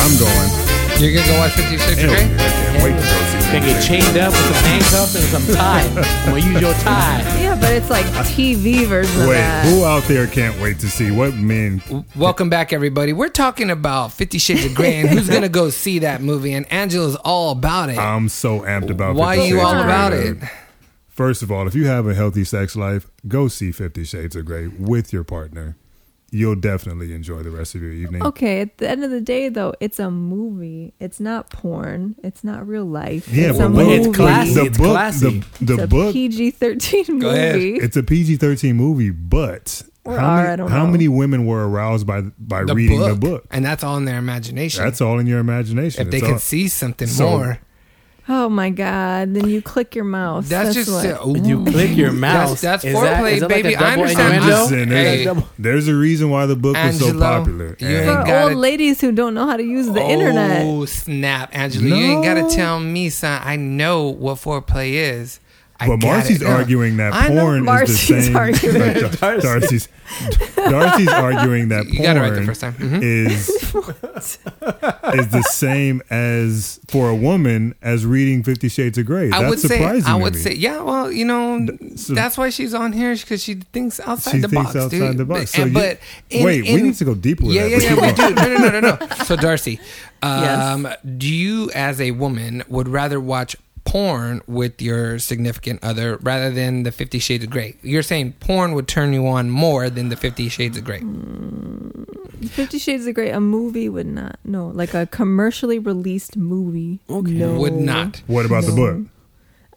I'm going. You're gonna go watch 56 Hell, yeah, Degree? I can't wait to go see They get that. chained up with some handcuffs and some tie. I'm gonna use your tie. Yeah, but it's like TV version of Wait, that. who out there can't wait to see what men? Welcome back, everybody. We're talking about Fifty Shades of Grey and who's gonna go see that movie. And Angela's all about it. I'm so amped about. Why are Fifty you Shades all of Grey, about dude. it? First of all, if you have a healthy sex life, go see Fifty Shades of Grey with your partner. You'll definitely enjoy the rest of your evening. Okay, at the end of the day, though, it's a movie. It's not porn. It's not real life. Yeah, it's but a when- movie. it's classy. The it's book, classy. the, the it's a book, PG-13 movie. Go ahead. it's a PG thirteen movie, but Or how, R, many, I don't how know. many women were aroused by by reading the book? and that's all in their imagination. That's all in your imagination. if they It's can all- see something So- more, Oh my god! Then you click your mouse. that's, That's, just what. uh, You ooh. click your That's, mouse. that's Is that- foreplay, is that like baby. a double I understand. I'm just innuendo? saying, Hey, there's, there's a reason why the book was so Angelo, popular. you And- ain't for gotta- old ladies who don't know how to use the internet. Oh snap, Angela! You ain't gotta tell me, son. I know what foreplay is. I but got Marcy's it. No. arguing that I know porn Marcy's is the same. arguing. Dar- Darcy's, Darcy's arguing that You porn got it right the first time. Mhm. is is the same as for a woman as reading Fifty Shades of Grey. I That's would say, surprising. I to would me. say, yeah. Well, you know, so- that's why she's on here because she thinks outside She the thinks box, outside dude. the box. But- So and- you- but in- wait, we in- need to go deeper with yeah, that, Yeah, but yeah, keep we going. do. No, no, no, no, no. So, Darcy, um, Yes. do you, as a woman, would rather watch porn with your significant other rather than the Fifty Shades of Grey? You're saying porn would turn you on more than the Fifty Shades of Grey. Fifty Shades of Grey, a movie would not. No, like a commercially released movie. Okay. No. Would not. What about the No. book?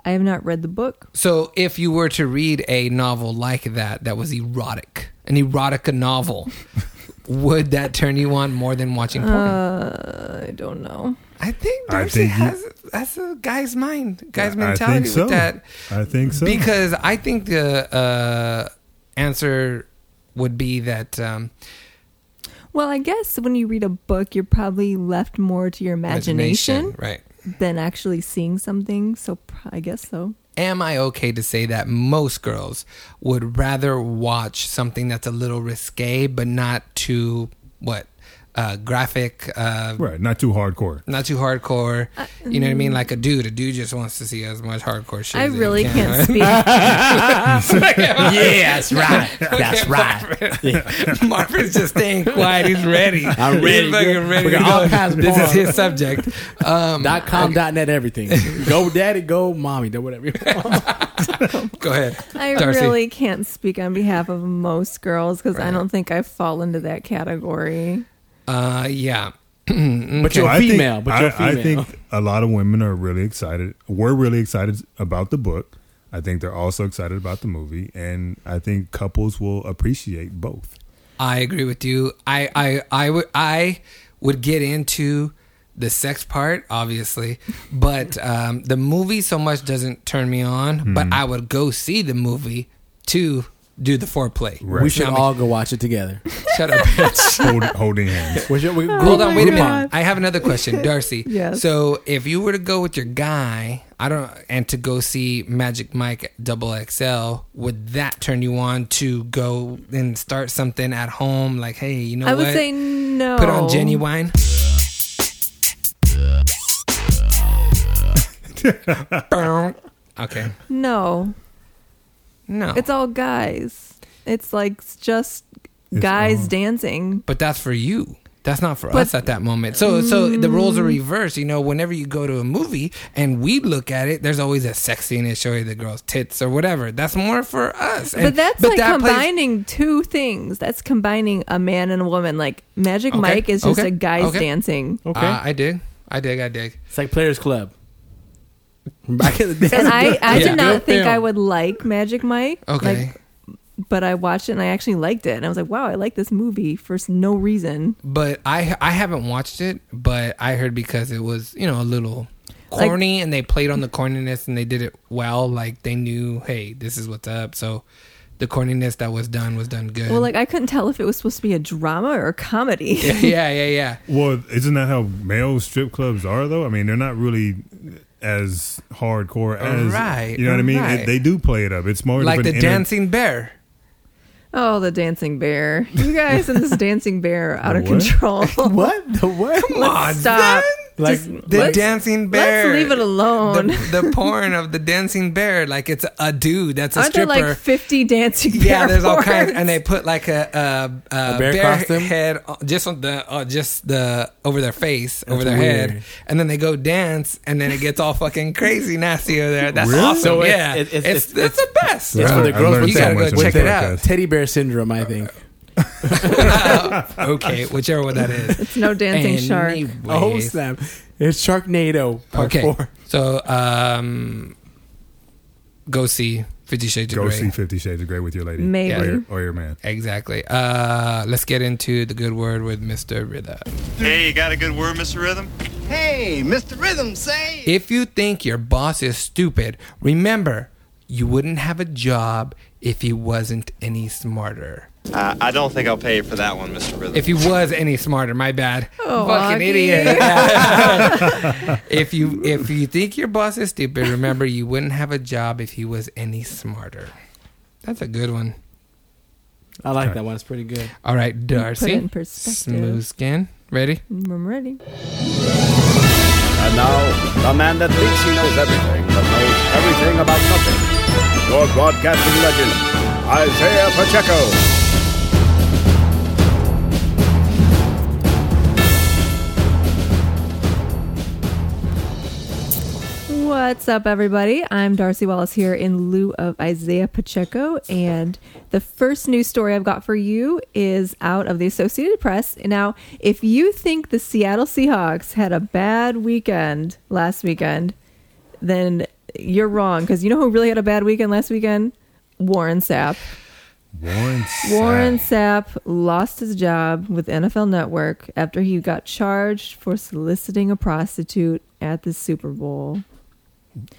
I have not read the book. So, if you were to read a novel like that, that was erotic, an erotica novel, would that turn you on more than watching porn? Uh, I don't know. I think I Darcy think you- has that's a guy's mind, guy's I- I mentality think so. with that. I think so. Because I think the uh, answer would be that um, Well, I guess when you read a book, you're probably left more to your imagination, right? than actually seeing something. So pr- I guess so. Am I okay to say that most girls would rather watch something that's a little risque, but not too what uh, graphic, uh, right, not too hardcore. not too hardcore? Uh, you know what I mean? Like a dude, a dude just wants to see as much hardcore shit. mm. I as he really can, can't right? speak. yes, right. That's right. Marvin's just staying quiet. He's ready. I'm ready. He's fucking ready. We're to gonna all go. pass This bar. is his subject. Um, Dot com, dot net, everything. Go daddy, go mommy, do whatever you want. go ahead. I Darcy. really can't speak on behalf of most girls because I don't think I fall into that category. Uh, yeah. But you're I a think- female. but you're a I, female. I think a lot of women are really excited. We're really excited about the book. I think they're also excited about the movie, and I think couples will appreciate both. I agree with you. I I I would I would get into the sex part, obviously, but um, the movie so much doesn't turn me on. Hmm. But I would go see the movie to do the foreplay. Right. We should Now, all go watch it together. shut up. bitch. Hold, holding hands. We should- we- Hold group- on, wait a group minute. on. I have another question, Darcy. Yes. So if you were to go with your guy, I don't, and to go see Magic Mike Double XL, would that turn you on to go and start something at home? Like, hey, you know I what? would say no. Put on genuine. okay. No, No. it's all guys. It's like s- just guys dancing. but that's for you. That's not for But- Mm. us at that moment. So, so the roles are reversed. You know, whenever you go to a movie and we look at it, there's always a sex scene and show you the girl's tits or whatever. That's more for us. And- but that's like that plays- combining two things. That's combining a man and a woman. Like Magic Okay, Mike is just okay, a guys okay. dancing. Okay. Uh, I dig. I dig. I dig. it's like Players Club. Back in the day. And I, I Yeah. did not Good think I film. would like Magic Mike. Okay. Like, but I watched it and I actually liked it. And I was like, wow, I like this movie for s- no reason. but I I haven't watched it, but I heard because it was you know a little corny, and they played on the corniness, and they did it well. Like they knew, hey, this is what's up. So the corniness that was done was done good. Well, like I couldn't tell if it was supposed to be a drama or a comedy. yeah, yeah, yeah. Well, isn't that how male strip clubs are, though? I mean, they're not really as hardcore as Right, you know what I mean. It- right. they do play it up. It's more Like of the an inter- dancing bear. oh, the dancing bear! You guys and this dancing bear are out What? of control. what? The what? on, Let's stop. Like, Just- The let's- dancing Let's bear. leave it alone. The, the porn of the dancing bear, like it's a dude that's a Aren't there stripper. like fifty dancing bear? yeah, there's all porns? kinds, and they put like a, a, a, A bear, bear costume? head on- just on the uh, just the over their face, over That's their head, weird. and then they go dance, and then it gets all fucking crazy nasty over there. That's Really? awesome. So it's- yeah, it- it's- it's, it's, it's- the best. It's bro. for the girls You with gotta so go much check with it that. out. Teddy bear syndrome, I think. okay, whichever one that is. It's no dancing shark. Oh Anyways. snap! It's Sharknado Part okay, Four. so um, go see Fifty Shades Go of Grey. see Fifty Shades of Grey with your lady, Maybe. or, your, or your man. Exactly. Uh, let's get into the good word with Mr. Rida. Hey, you got a good word, Mr. Rhythm? Hey, Mr. Rhythm, say. If you think your boss is stupid, remember you wouldn't have a job if he wasn't any smarter. Uh, I don't think I'll pay you for that one, Mr. Rhythm. If he was any smarter, my bad. Oh, Fucking Augie. idiot. if you if you think your boss is stupid, remember you wouldn't have a job if he was any smarter. That's a good one. I like that one. It's pretty good. All right, Darcy. in perspective. Smooth skin. Ready? I'm ready. And now, the man that thinks he knows everything, but knows everything about nothing. Your broadcasting legend, Isaiah Pacheco. What's up, everybody? I'm Darcy Wallace here in lieu of Isaiah Pacheco. And the first news story I've got for you is out of the Associated Press. Now, if you think the Seattle Seahawks had a bad weekend last weekend, then you're wrong. Because you know who really had a bad weekend last weekend? Warren Sapp. Warren. Warren Sapp. Sapp lost his job with NFL Network after he got charged for soliciting a prostitute at the Super Bowl.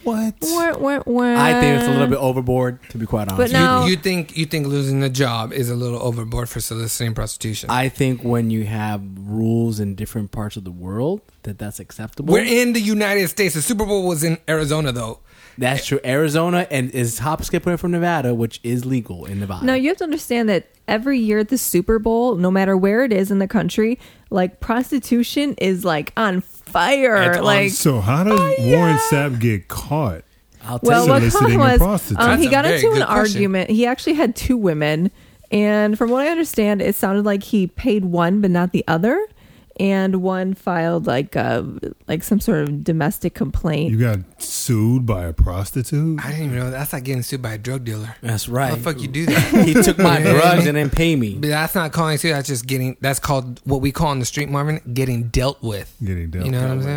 What? Wah, wah, wah. I think it's a little bit overboard, to be quite honest. But with you. now- You, you think you think losing the job is a little overboard for soliciting prostitution? I think when you have rules in different parts of the world, that that's acceptable. We're in the United States. The Super Bowl was in Arizona, though. That's true. Arizona and is hop skipping from Nevada, which is legal in Nevada. No, you have to understand that every year at the Super Bowl, no matter where it is in the country, like prostitution is like on fire. It's on like So how does Warren Sapp get caught? I'll tell well, you. what Soliciting happened a was prostitute. um, That's he a got very into an good question. argument. He actually had two women, and from what I understand, it sounded like he paid one but not the other, and one filed like uh like some sort of domestic complaint. You got sued by a prostitute. I didn't even know that's like getting sued by a drug dealer. That's How right. the fuck you do that? he took my drugs and didn't pay me. But that's not calling sued. That's just getting. That's called what we call in the street, Marvin, getting dealt with. Getting dealt You know what with. I'm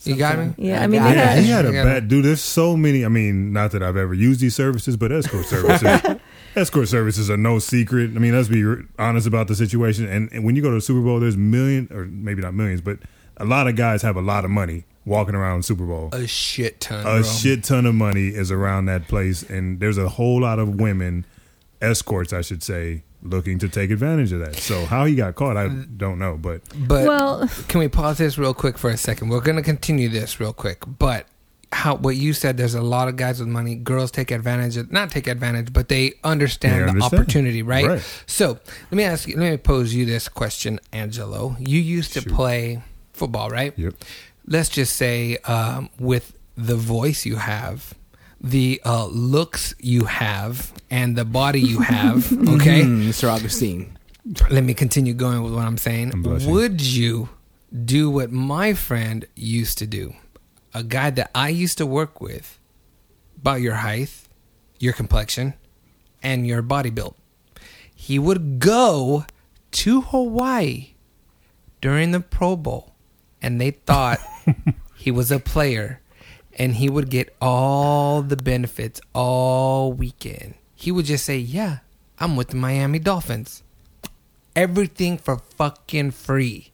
saying? You got me? Something- Yeah, I mean, got they it. had- He had a Yeah. bad dude. There's so many. I mean, not that I've ever used these services, but escort services, escort services are no secret. I mean, let's be r- honest about the situation. And, and when you go to the Super Bowl, there's million or maybe not millions, but a lot of guys have a lot of money walking around Super Bowl. A shit ton. A Oh, bro. shit ton of money is around that place, and there's a whole lot of women, escorts, I should say, looking to take advantage of that. So how he got Uh, caught, I don't know, but But Well- can we pause this real quick for a second? We're going to continue this real quick, but how what you said there's a lot of guys with money girls take advantage of not take advantage but they understand, They the understand. opportunity right? Right. so let me ask you let me pose you this question angelo you used to play football right Yep. let's just say um, with the voice you have the uh, looks you have and the body you have okay Mm-hmm. Mm, Mr. Augustine. let me continue going with what I'm saying. I'm blushing. Would you do what my friend used to do? A guy that I used to work with, about your height, your complexion, and your body build. He would go to Hawaii during the Pro Bowl, and they thought he was a player, and he would get all the benefits all weekend. He would just say, "Yeah, I'm with the Miami Dolphins." everything for fucking free.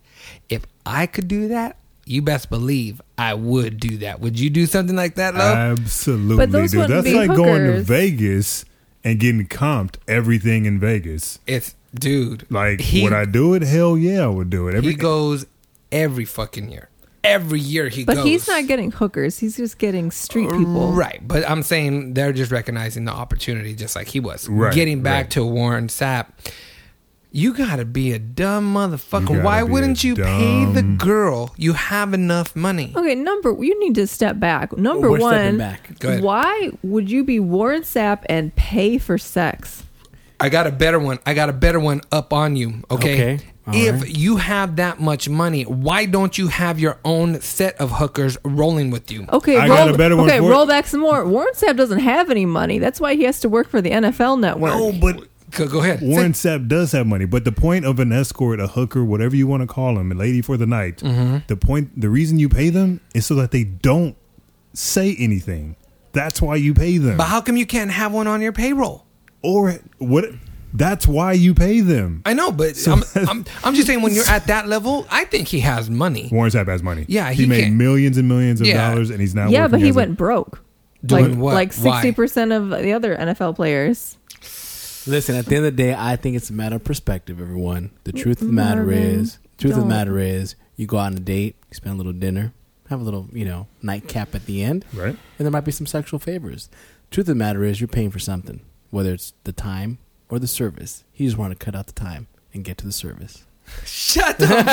If I could do that, you best believe I would do that. Would you do something like that, love? Absolutely, But those dude. wouldn't That's be like going to hookers. Vegas and getting comped everything in Vegas. it's dude. Like, he, would I do it? Hell yeah, I would do it. Every, he goes every fucking year. Every year he But goes. he's not getting hookers. He's just getting street people. Right, but I'm saying they're just recognizing the opportunity, just like he was. Right, Getting back right. to Warren Sapp, you gotta be a dumb motherfucker. gotta Why be a wouldn't you pay the dumb- girl? You have enough money. Okay, number you need to step back. Number We're stepping one, back. Go ahead. why would you be Warren Sapp and pay for sex? I got a better one. I got a better one up on you. Okay. Okay. All If right. you have that much money, why don't you have your own set of hookers rolling with you? Okay, I roll, got a better one okay, for- roll back some more. Warren Sapp doesn't have any money. That's why he has to work for the NFL Network. no, but Go, go ahead. Warren Sapp does have money. But the point of an escort, a hooker, whatever you want to call them, a lady for the night, Mm-hmm. the point, the reason you pay them is so that they don't say anything. That's why you pay them, But how come you can't have one on your payroll? or what? That's why you pay them. I know, but I'm, I'm, I'm just saying when you're at that level, I think he has money. Warren Sapp has money. Yeah, he, he made can't- millions and millions of Yeah. dollars, and he's not. yeah, working but he as a- went broke. Doing like what? like Why? sixty percent of the other NFL players. Listen, at the end of the day, I think it's a matter of perspective, everyone. The truth of the matter Marvin, is, truth of the don't. matter is, you go out on a date, you spend a little dinner, have a little, you know, nightcap at the end, right. and there might be some sexual favors. Truth of the matter is, you're paying for something, whether it's the time or the service. You just want to cut out the time and get to the service. Shut the fuck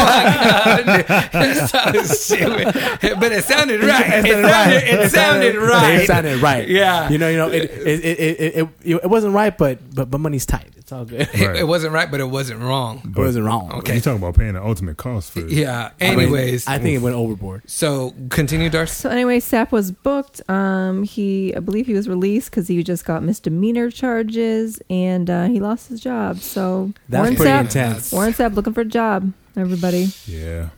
up. It's so stupid. But it sounded right. It sounded, it sounded right. It sounded right. Yeah. You know, you know, it it, it, it, it, it, it wasn't right, but but but money's tight. It's all good. It- Right. it wasn't right, but it wasn't wrong. it wasn't wrong. Okay. You're talking about paying the ultimate cost for Yeah. I mean, Anyways, I think it went overboard. so continue, Darcy. So anyway, Sapp was booked. Um, he, I believe, he was released because he just got misdemeanor charges and uh, he lost his job. So That's Warren pretty Sapp, intense. Warren Sapp looking for a job. Everybody, Yeah.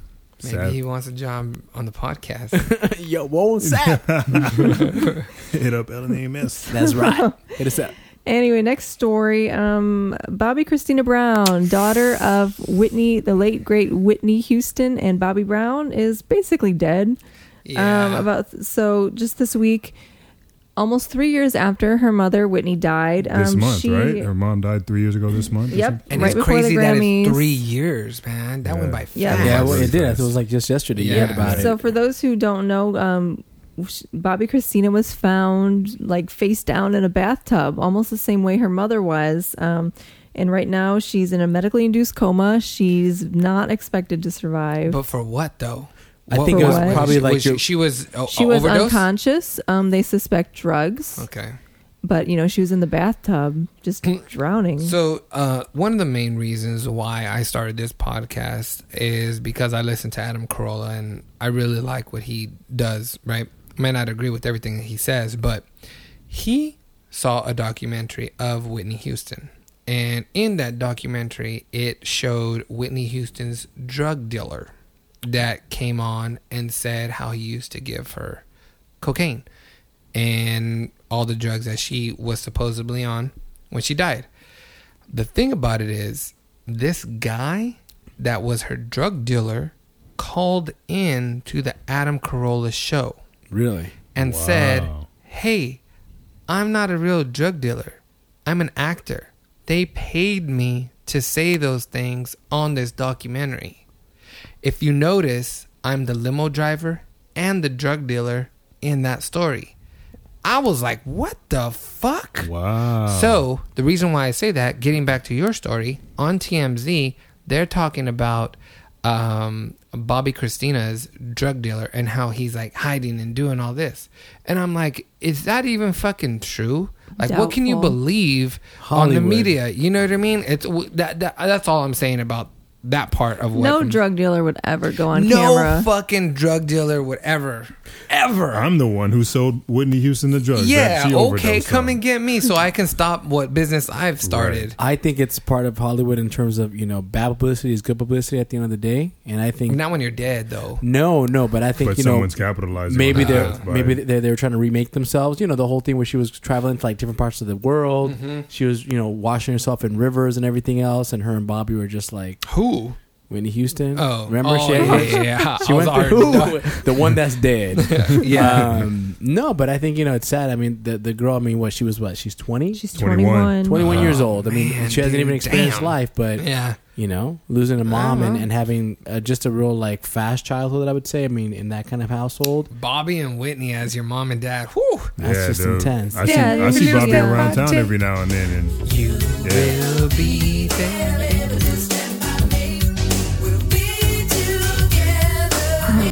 Maybe Sad. he wants a job on the podcast. Yo, whoa, sap. Hit up LNAMS. That's right. Hit us up. Anyway, next story. Um, Bobby Christina Brown, daughter of Whitney, the late great Whitney Houston, and Bobby Brown is basically dead. Yeah. Um, about so just this week, almost three years after her mother Whitney died. Um, this month, she, right? Her mom died three years ago this month. or Yep. something? and right it's before the crazy that it's Grammys. three years, man. That went Yeah. by fast. Yeah. Yeah, well, really it did. I fast. think it was like just yesterday. You Yeah. heard about So it. for those who don't know, um, sh- Bobby Christina was found like face down in a bathtub, almost the same way her mother was. Um, and right now, she's in a medically induced coma. She's not expected to survive. But for what though? I What- think it was probably she, like was she, your- she was o- She was overdose? unconscious. Um, they suspect drugs, Okay. but you know she was in the bathtub, just drowning. Hmm. So uh, one of the main reasons why I started this podcast is because I listen to Adam Carolla and I really like what he does. Right, may not agree with everything that he says, but he saw a documentary of Whitney Houston, and in that documentary, it showed Whitney Houston's drug dealer that came on and said how he used to give her cocaine and all the drugs that she was supposedly on when she died. The thing about it is, this guy that was her drug dealer called in to the Adam Carolla show Really? and said, Hey, I'm not a real drug dealer. I'm an actor. They paid me to say those things on this documentary. If you notice, I'm the limo driver and the drug dealer in that story. I was like, What the fuck? Wow. So the reason why I say that, getting back to your story on TMZ, they're talking about um, Bobby Christina's drug dealer and how he's like hiding and doing all this, and I'm like, is that even fucking true? Like, what can you Doubtful. believe on Hollywood. the media? You know what I mean? It's w- that, that that's all I'm saying about that part of what No drug dealer would ever go on no camera. fucking drug dealer would ever ever I'm the one who sold Whitney Houston the drugs. yeah that she okay overdosed come on. and get me so i can stop what business i've started I think it's part of Hollywood in terms of you know bad publicity is good publicity at the end of the day, and I think Not when you're dead, though. no, no, but I think But you know someone's capitalizing. maybe on they're that by- maybe they're, they're trying to remake themselves. You know the whole thing where she was traveling to like different parts of the world. Mm-hmm. She was you know washing herself in rivers and everything else, and her and Bobby were just like Who? Whitney Houston. Oh, remember oh, she yeah, yeah, yeah. she I was went already through the one that's dead. Yeah. um, no, but I think you know it's sad. I mean the the girl. I mean what she was what she's twenty. She's 21. 21. 21 years old. I mean, man, she hasn't dude, even experienced damn. life, but Yeah. you know, losing a mom and, Uh-huh. and having uh, just a real like fast childhood, I would say. I mean, in that kind of household, Bobby and Whitney as your mom and dad. Whew. that's yeah, just dude. intense. I see, Yeah, I you see lose Bobby that around town hot every now and then, and You Yeah. will be there.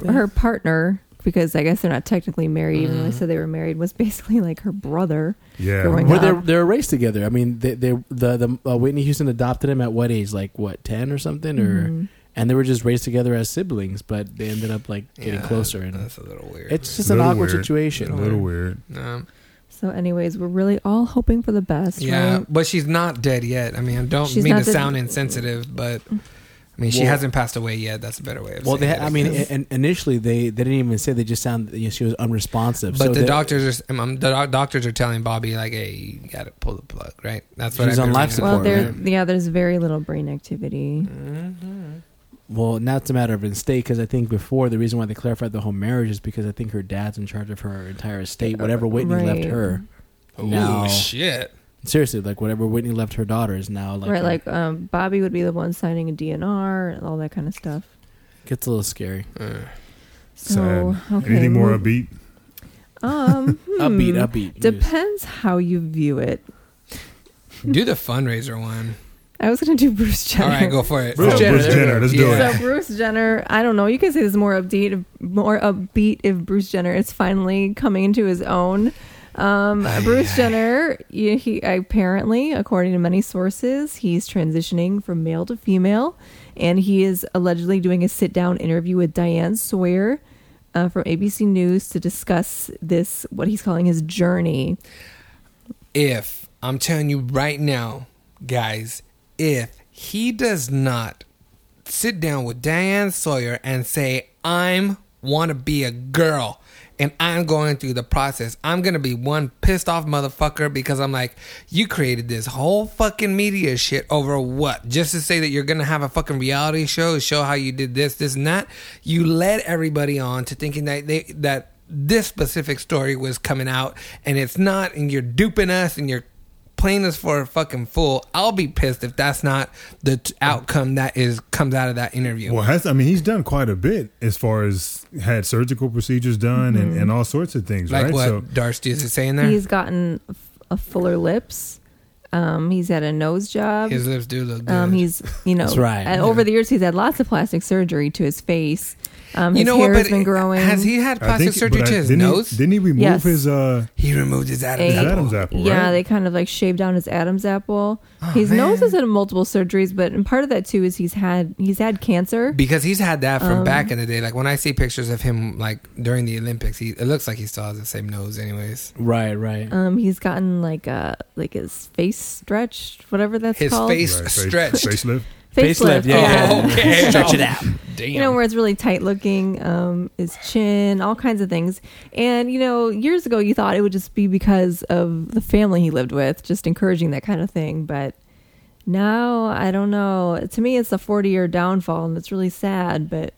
Her partner, because I guess they're not technically married, even though Mm. they said they were married, was basically like her brother. yeah, Growing Were up. they they're raised together? I mean, they they the the uh, Whitney Houston adopted him at what age? Like what ten or something, or Mm-hmm. and they were just raised together as siblings, but they ended up like getting Yeah, closer, and That's a little weird. it's just an Little awkward weird. situation. a little weird. Um, So, anyways, we're really all hoping for the best. yeah, right? but she's not dead yet. I mean, I don't She's mean not to dead- sound insensitive, but I mean, she Well- hasn't passed away yet. That's a better way of Well, they saying it. had, I mean, and initially they, they didn't even say they just sound. You know, she was unresponsive. But so the they- doctors are um, the doc- doctors are telling Bobby like, "Hey, you gotta pull the plug, right?" That's what She's I've on been life reading. support, Well, there, man. yeah, there's very little brain activity. Mm. Well, now it's a matter of an estate because I think before the reason why they clarified the whole marriage is because I think her dad's in charge of her entire estate, whatever Whitney left Right. her. Ooh, now, shit! seriously, like whatever Whitney left her daughter is now like right, like um, Bobby would be the one signing a DNR, and all that kind of stuff. gets a little scary. So, Sad. okay. Anything more well, upbeat? Um, Upbeat, hmm, upbeat. Depends how you view it. Do the fundraiser one. I was going to do Bruce Jenner. All right, go for it. Bruce Oh, Jenner, Bruce there we Jenner. go. Let's do Yeah. it. So Bruce Jenner, I don't know. You can say this is more upbeat, if- more upbeat if Bruce Jenner is finally coming into his own. Um, Bruce Jenner, he, he apparently, according to many sources, he's transitioning from male to female, and he is allegedly doing a sit-down interview with Diane Sawyer uh, from ABC News to discuss this what he's calling his journey. if I'm telling you right now, guys, if he does not sit down with Diane Sawyer and say, I'm want to be a girl and I'm going through the process. I'm going to be one pissed off motherfucker because I'm like, you created this whole fucking media shit over what? Just to say that you're going to have a fucking reality show, show how you did this, this, and that. You led everybody on to thinking that they, that this specific story was coming out and it's not, and you're duping us and you're playing this for a fucking fool. I'll be pissed if that's not the t- outcome that is comes out of that interview. Well, has, I mean, he's done quite a bit as far as had surgical procedures done and, and all sorts of things, Like right? what So Darcy is saying there. He's gotten f- a fuller lips. Um, he's had a nose job. His lips do look good. Um, he's you know That's right. and over the years he's had lots of plastic surgery to his face. Um, his you know hair what? But has been growing. Has he had I plastic think- surgery but I- to his didn't he- nose? didn't he remove Yes. his uh, he, removed his Adam's His his apple. Adam's apple? Yeah, right? they kind of like shaved down his Adam's apple. his Oh, man. nose has had multiple surgeries, but and part of that too is he's had he's had cancer. Because he's had that Um, from back in the day. Like when I see pictures of him, like during the Olympics, he it looks like he still has the same nose, anyways. Right, right. Um, he's gotten like uh like his face stretched, whatever that's His called. face Oh, Right, face- stretched. facelift. Facelift. Facelift, yeah, yeah. Okay. Stretch it out. Damn. You know, where it's really tight looking, um, his chin, all kinds of things. And, you know, years ago you thought it would just be because of the family he lived with, just encouraging that kind of thing. But now, I don't know. To me, it's a 40 year downfall, and it's really sad. But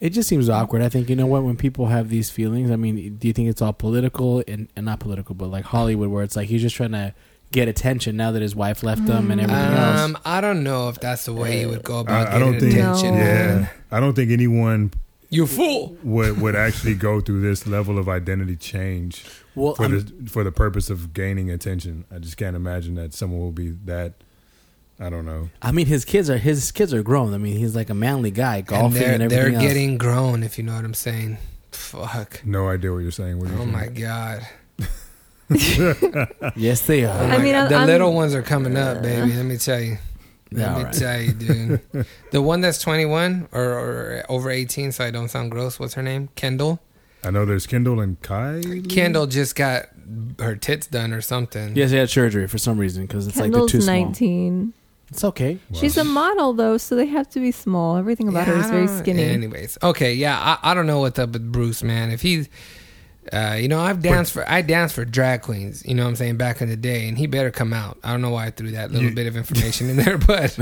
It just seems awkward. I think you know what when people have these feelings. I mean, do you think it's all political and, and not political, but like Hollywood, where it's like he's just trying to get attention now that his wife left him and everything else. um, I don't know if that's the way you would go about I, I don't getting think. attention. No. Yeah, I don't think anyone You fool. would would actually go through this level of identity change Well, for I'm- the for the purpose of gaining attention. I just can't imagine that someone will be that. I don't know. I mean, his kids are his kids are grown. I mean, he's like a manly guy, golfing they're, and, everything. they're else. getting grown, if you know what I'm saying. Fuck. No idea what you're saying. What do you Oh think? my god. yes, they Oh are. my I mean, God. the I'm- little ones are coming up, baby. Let me tell you. Let Yeah, me right. tell you, dude. the one that's 21 or, or over 18, so I don't sound gross. What's her name? Kendall. Mm-hmm. I know there's Kendall and Kai. Kendall just got her tits done or something. Yes, they had surgery for some reason because it's like Kendall's they're too small. 19. It's okay. She's a model, though, so they have to be small. Everything about her Yeah, is I very don't- skinny. Anyways, okay, yeah, I, I don't know what's up with Bruce, man. If he's, uh, you know, I've danced for I danced for drag queens. You know what I'm saying back in the day, and he better come out. I don't know why I threw that little You- bit of information in there, but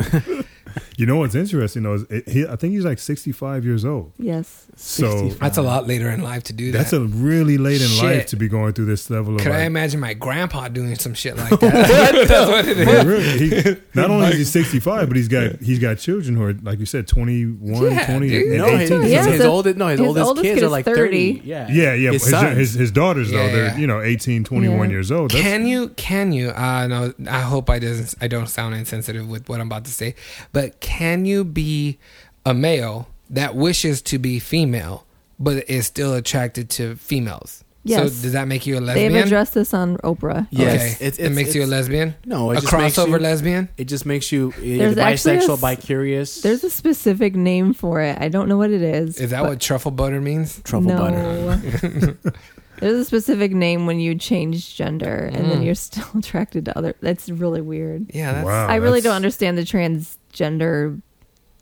You know what's interesting though is it, he, I think he's like 65 years old. yes. So 65. that's a lot later in life to do that. that's a really late in Shit. life to be going through this level of. Could I like- imagine my grandpa doing some shit like that? that's what it Yeah, is. really. He- not only is he 65, but he's got he's got children who are like you said 21, Yeah, 20, dude. and No, his, 18. his, Yeah, his so oldest no, his, his oldest, oldest kids kid are is like 30. Yeah, Yeah, yeah. His His, sons. his, his daughters though, Yeah, they're yeah. you know 18, 21 Yeah. years old. That's- Can you? Can you? Uh, no, I hope I doesn't. I don't sound insensitive with what I'm about to say, but can you be a male that wishes to be female but is still attracted to females? So Yes. does that make you a lesbian? They've addressed this on Oprah. Yeah. Yes. Okay. It's- it's- it makes you a it's- lesbian. No, it a just makes crossover you- lesbian. It just makes you either There's actually a bisexual, s- bicurious. There's a specific name for it. I don't know what it is. Is that but- what truffle butter means? truffle no. butter. There's a specific name when you change gender and then Mm. you're still attracted to other. That's really weird. Yeah. Oh, That's, wow, I really that's- don't understand the transgender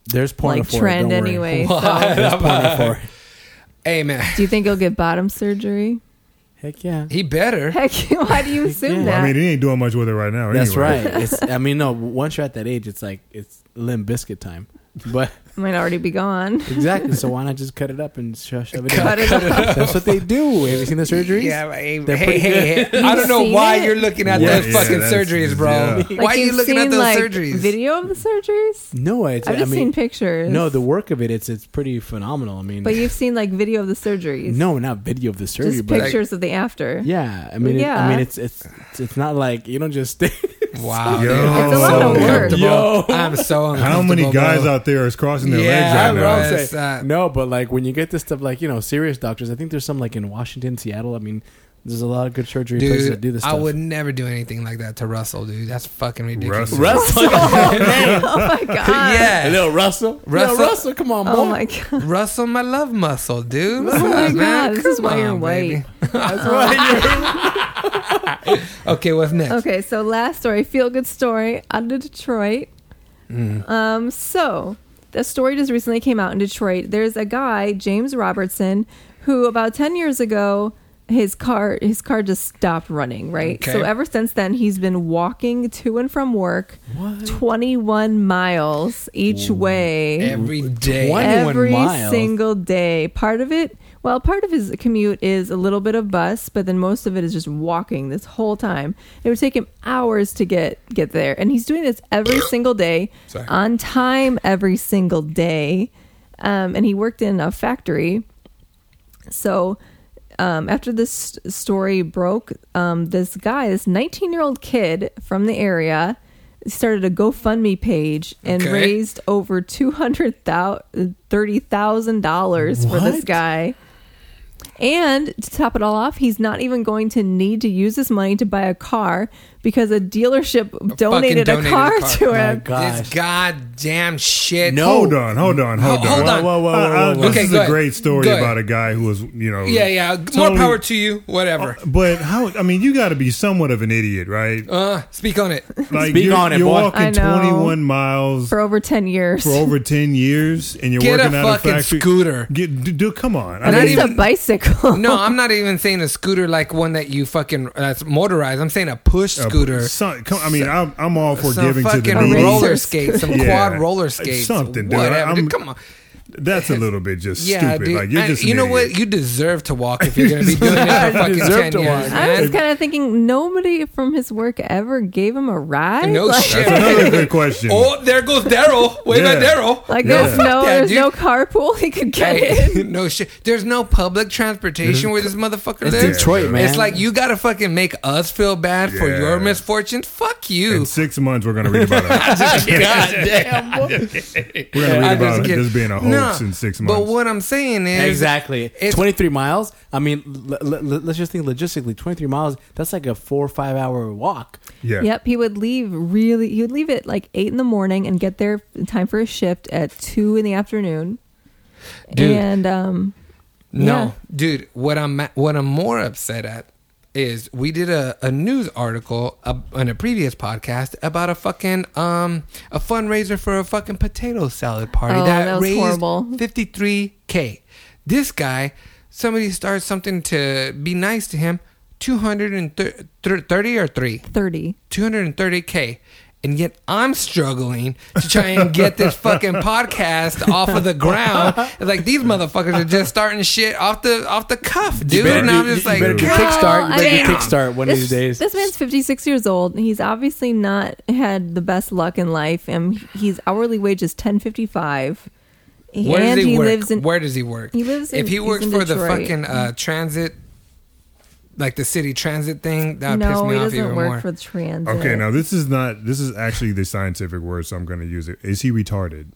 There's porn like for it, trend don't worry. anyway. Why? So, There's porn for it. Hey man, do you think you'll get bottom surgery? Heck yeah. he better. Heck, why do you assume Well, that? I mean, he ain't doing much with it right now. That's anyway. right. It's, I mean, no. Once you're at that age, it's like it's limb biscuit time. But Might already be gone. exactly. So why not just cut it up and sho- shove it Cut in? it up. That's what they do. Have you seen the surgeries? Yeah, but hey, They're hey, pretty hey, hey. You've I don't know seen why it? you're looking at Yeah, those yeah, fucking that's- surgeries, bro. yeah. Why are you you've looking at seen, those like, surgeries? Video of the surgeries? No, it's, I've just I mean, seen pictures. no. The work of it, it's it's pretty phenomenal. I mean, but you've seen like video of the surgeries. no, not video of the surgery, just but pictures of the after. yeah. I mean, It, I Yeah. mean, it's it's it's not like you don't just. Wow, Yo. dude, I'm It's a lot so of work. uncomfortable. Yo. I'm so uncomfortable. How many guys bro. out there is crossing their Yeah, legs That's right what now? I'm Yes, saying. uh, no, but like when you get this stuff, like you know, serious doctors. I think there's some like in Washington, Seattle. I mean, there's a lot of good surgery places that Dude, do this. I stuff. would never do anything like that to Russell, dude. That's fucking ridiculous. Russell. Oh my god. Yeah. little Russell, Russell. Little Russell, come on, boy. Oh my god. Russell, my love muscle, dude. What's Oh up, my man? god. This is Come why you're on, white. baby. Okay, what's next? Okay, so last story, feel good story out of Detroit. Mm. Um, so the story just recently came out in Detroit. There's a guy, James Robertson, who about ten years ago his car his car just stopped running. Right. Okay. So ever since then, he's been walking to and from work, twenty one miles each way Every day. What? 21 every miles. single day. Part of it, well, part of his commute is a little bit of bus, but then most of it is just walking this whole time. It would take him hours to get get there, and he's doing this every single day, Sorry. on time every single day. Um, and he worked in a factory, so. Um, after this s- story broke, um, this guy, this 19 year old kid from the area, started a GoFundMe page and Okay. raised raised over two hundred thirty thousand dollars for this What? guy. And to top it all off, he's not even going to need to use this money to buy a car because a dealership donated, donated a, car a car. to My him. Gosh. This goddamn shit. No. Hold on, hold on, hold on. Hold on. Whoa, whoa, whoa, Uh, whoa, This whoa. Okay, is go a ahead. great story Go ahead. about a guy who was, you know. Yeah, yeah. totally- More power to you. Whatever. But how? I mean, you got to be somewhat of an idiot, right? Uh, speak on it. Like Speak you're, on it, you're boy. I walking know. 21 miles For over 10 years. for over 10 years, and you're Get a working out fucking a factory. scooter. Get, d- dude, come on. I Not mean, It's even- a bicycle. No, I'm not even saying a scooter like one that you fucking that's motorized. I'm saying a push uh, scooter. son- come- I mean, I'm, I'm all for some giving to the fucking needy. roller Racer skates, some Yeah. quad roller It's skates, something, dude. whatever. I'm- Come on, That's a little bit just yeah, stupid. dude. Like you're I- just. an you know idiot. what? You deserve to walk if you're going to be doing it for fucking deserve ten to years, walk. I was man. kind of thinking nobody from his work ever gave him a ride. No like, shit. That's another good question. Oh, there goes Daryl. Wave at Yeah. Daryl. Like Yeah. there's no, Fuck that, there's dude. no carpool he could get in. Hey, no shit. There's no public transportation where this motherfucker It's lives. Detroit, man. It's like you gotta fucking make us feel bad for Yeah. your misfortunes. Fuck you. In six months, we're going to read about it. We're going to read I'm just about it kidding. just being a hoax Nah, in six months. But what I'm saying is Exactly. It's- 23 miles. I mean, l- l- l- let's just think logistically 23 miles, that's like a four or five hour walk. yeah. Yep, he would leave really. He would leave at like eight in the morning and get there in time for his shift at two in the afternoon. Dude. And um, No, Yeah. dude. What I'm what I'm more upset at is we did a, a news article uh, on a previous podcast about a fucking um a fundraiser for a fucking potato salad party Oh, that, that was raised horrible. 53k. This guy, somebody starts something to be nice to him, 230 or three. thirty. 230k and yet I'm struggling to try and get this fucking podcast off of the ground. It's like these motherfuckers are just starting shit off the off the cuff, dude. better and do- I'm you- just you like, better do God Kickstart, you better do damn. Kickstart one of this, these days. This man's fifty six years old. He's obviously not had the best luck in life, and his hourly wage is ten fifty five. Where and does he, work? lives in Where does he work? He lives in- If he he's works in for the Detroit. fucking uh, transit, like the city transit thing, that would piss no, me he off doesn't even work more. for transit. Okay, now this is not. This is actually the scientific word, so I'm going to use it. Is he retarded?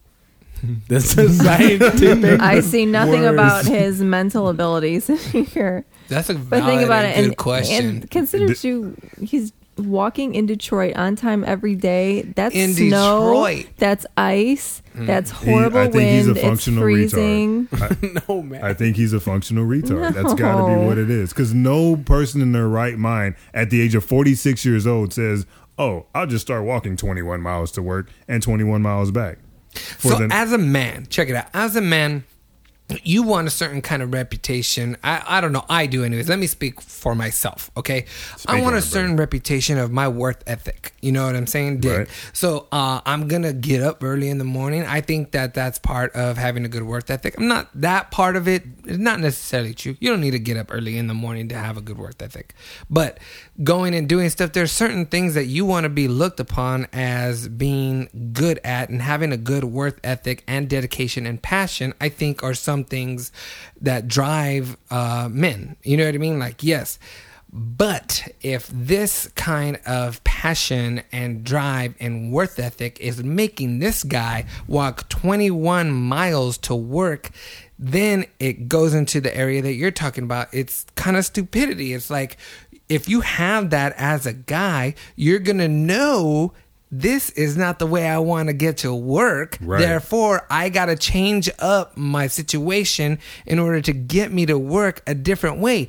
This is scientific. I see nothing Words. about his mental abilities here. That's a But valid think about and it, good and, question. and consider The- you he's walking in Detroit on time every day. That's In snow. Detroit. Mm. That's ice. That's He, horrible I think wind. he's a it's functional freezing. retard. no, man. I, I think he's a functional retard. That's got to be No. what it is. Because no person in their right mind at the age of 46 years old says, "Oh, I'll just start walking 21 miles to work and 21 miles back." For so the- as a man check it out as a man you want a certain kind of reputation i, I don't know i do anyways let me speak for myself okay i Speak want on a it, certain reputation of my worth ethic you know what i'm saying dick Right. so uh, i'm gonna get up early in the morning i think that that's part of having a good work ethic i'm not that part of it is not necessarily true you don't need to get up early in the morning to have a good work ethic but going and doing stuff there's certain things that you want to be looked upon as being good at and having a good work ethic and dedication and passion i think are some things that drive uh, men you know what i mean like yes but if this kind of passion and drive and worth ethic is making this guy walk 21 miles to work, then it goes into the area that you're talking about. It's kind of stupidity. It's like if you have that as a guy, you're going to know this is not the way I want to get to work. Right. Therefore, therefore I got to change up my situation in order to get me to work a different way.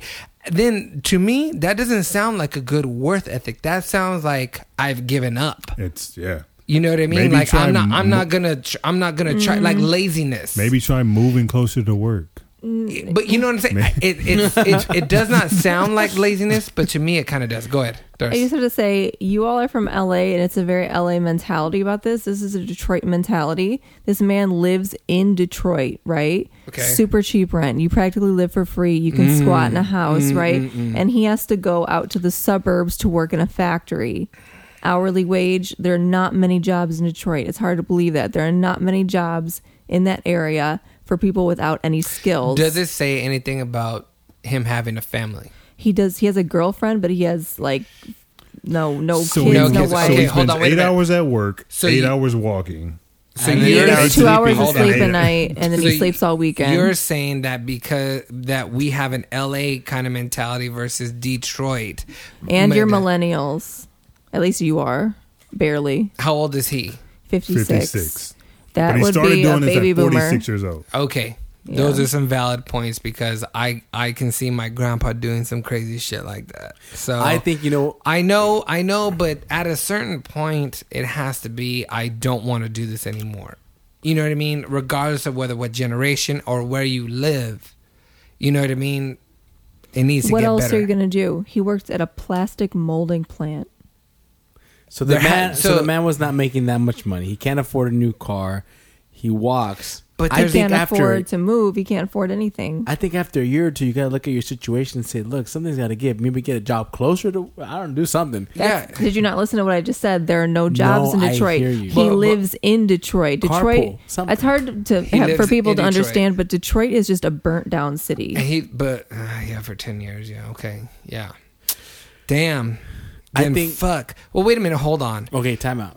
Then to me, that doesn't sound like a good worth ethic. That sounds like I've given up. it's yeah. You know what I mean? Maybe like try I'm not, I'm mo- not gonna, tr- I'm not gonna try like Mm-hmm. laziness. Maybe try moving closer to work. but you know what I'm saying? It, it, it, it does not sound like laziness, but to me, it kind of does. Go ahead. Doris. I just have to say, you all are from LA, and it's a very LA mentality about this. This is a Detroit mentality. This man lives in Detroit, right? Okay. Super cheap rent. You practically live for free. You can squat in a house, right? And he has to go out to the suburbs to work in a factory. Hourly wage, there are not many jobs in Detroit. It's hard to believe that. There are not many jobs in that area for people without any skills. Does it say anything about him having a family? he does he has a girlfriend, but he has like no no So kids, he, No no kids. so wife. he Okay, spends hold on, wait a eight minute. hours at work, So eight you- hours walking. So And you- then He you're you're gets two sleeping. hours of Hold sleep on. a night, and then So he sleeps all weekend. You're saying that because that we have an LA kind of mentality versus Detroit. and you're Mil- millennials. At least you are barely How old is he? 56. 56. That But he would started be a doing this baby at 46 boomer. years old. Okay. Those are some valid points because I I can see my grandpa doing some crazy shit like that. So I think, you know- I know I know but at a certain point it has to be I don't want to do this anymore. You know what I mean? Regardless of whether what generation or where you live. You know what I mean? It needs to What get else better. are you going to do? He works at a plastic molding plant. So the There had- man, so, so- the man was not making that much money. He can't afford a new car. He walks. But I there's- He think can't after afford to move. He can't afford anything. I think after a year or two, you gotta look at your situation and say, look, something's gotta give. Maybe get a job closer to. I don't do something. That's, yeah. Did you not listen to what I just said? There are no jobs No, I in Detroit. hear you. He But- but- lives in Detroit. Detroit. Carpool, something. it's hard to He have, for lives people in to Detroit. understand, but Detroit is just a burnt down city. And he, but uh, yeah, for ten years, yeah, okay, yeah. Damn. I Then think- fuck. Well, wait a minute. Hold on. Okay, time out.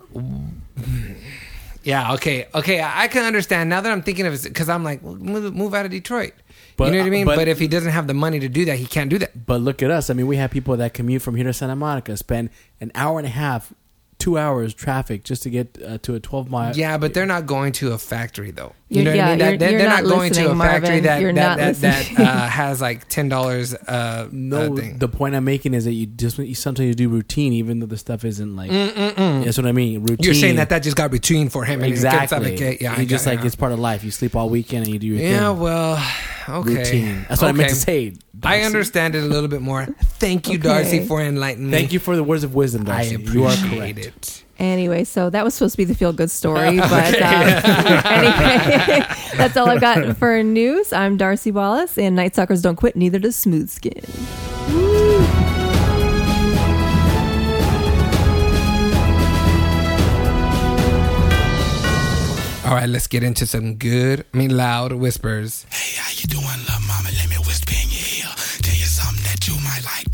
Yeah. Okay. Okay. I I can understand now that I'm thinking of it because I'm like, well, move, move out of Detroit. But- you know what I mean? but- But, if he doesn't have the money to do that, he can't do that. But look at us. I mean, we have people that commute from here to Santa Monica, spend an hour and a half, two hours traffic just to get uh, to a twelve mile. Yeah, but they're not going to a factory though. You You're- know what yeah, I mean? you're- That, that- you're they're not not going to a listening, factory Marvin. that You're that, not that, that listening. uh, has like ten dollars. Uh, No, uh, thing. the point I'm making is that you just you sometimes you do routine, even though the stuff isn't like. That's what I mean. Routine. Mm, you're saying that that just got routine for him. and it gets up exactly. and get- Yeah, I you just got- like yeah. it's part of life. You sleep all weekend and you do your Yeah, thing. well, okay. routine. That's what I meant to Okay. say. I Darcy. understand it a little bit more. Thank you, Darcy, Okay. for enlightening me. Thank you for the words of wisdom, I Darcy. appreciate you are correct. it. Anyway, so that was supposed to be the feel good story, but um, anyway, that's all I've got for news. I'm Darcy Wallace, and Night Suckers don't quit, neither does Smooth Skin. All right, let's get into some good, I mean, loud whispers. Hey, how you doing, love mama? Let me whisper in your ear. Tell you something that you might like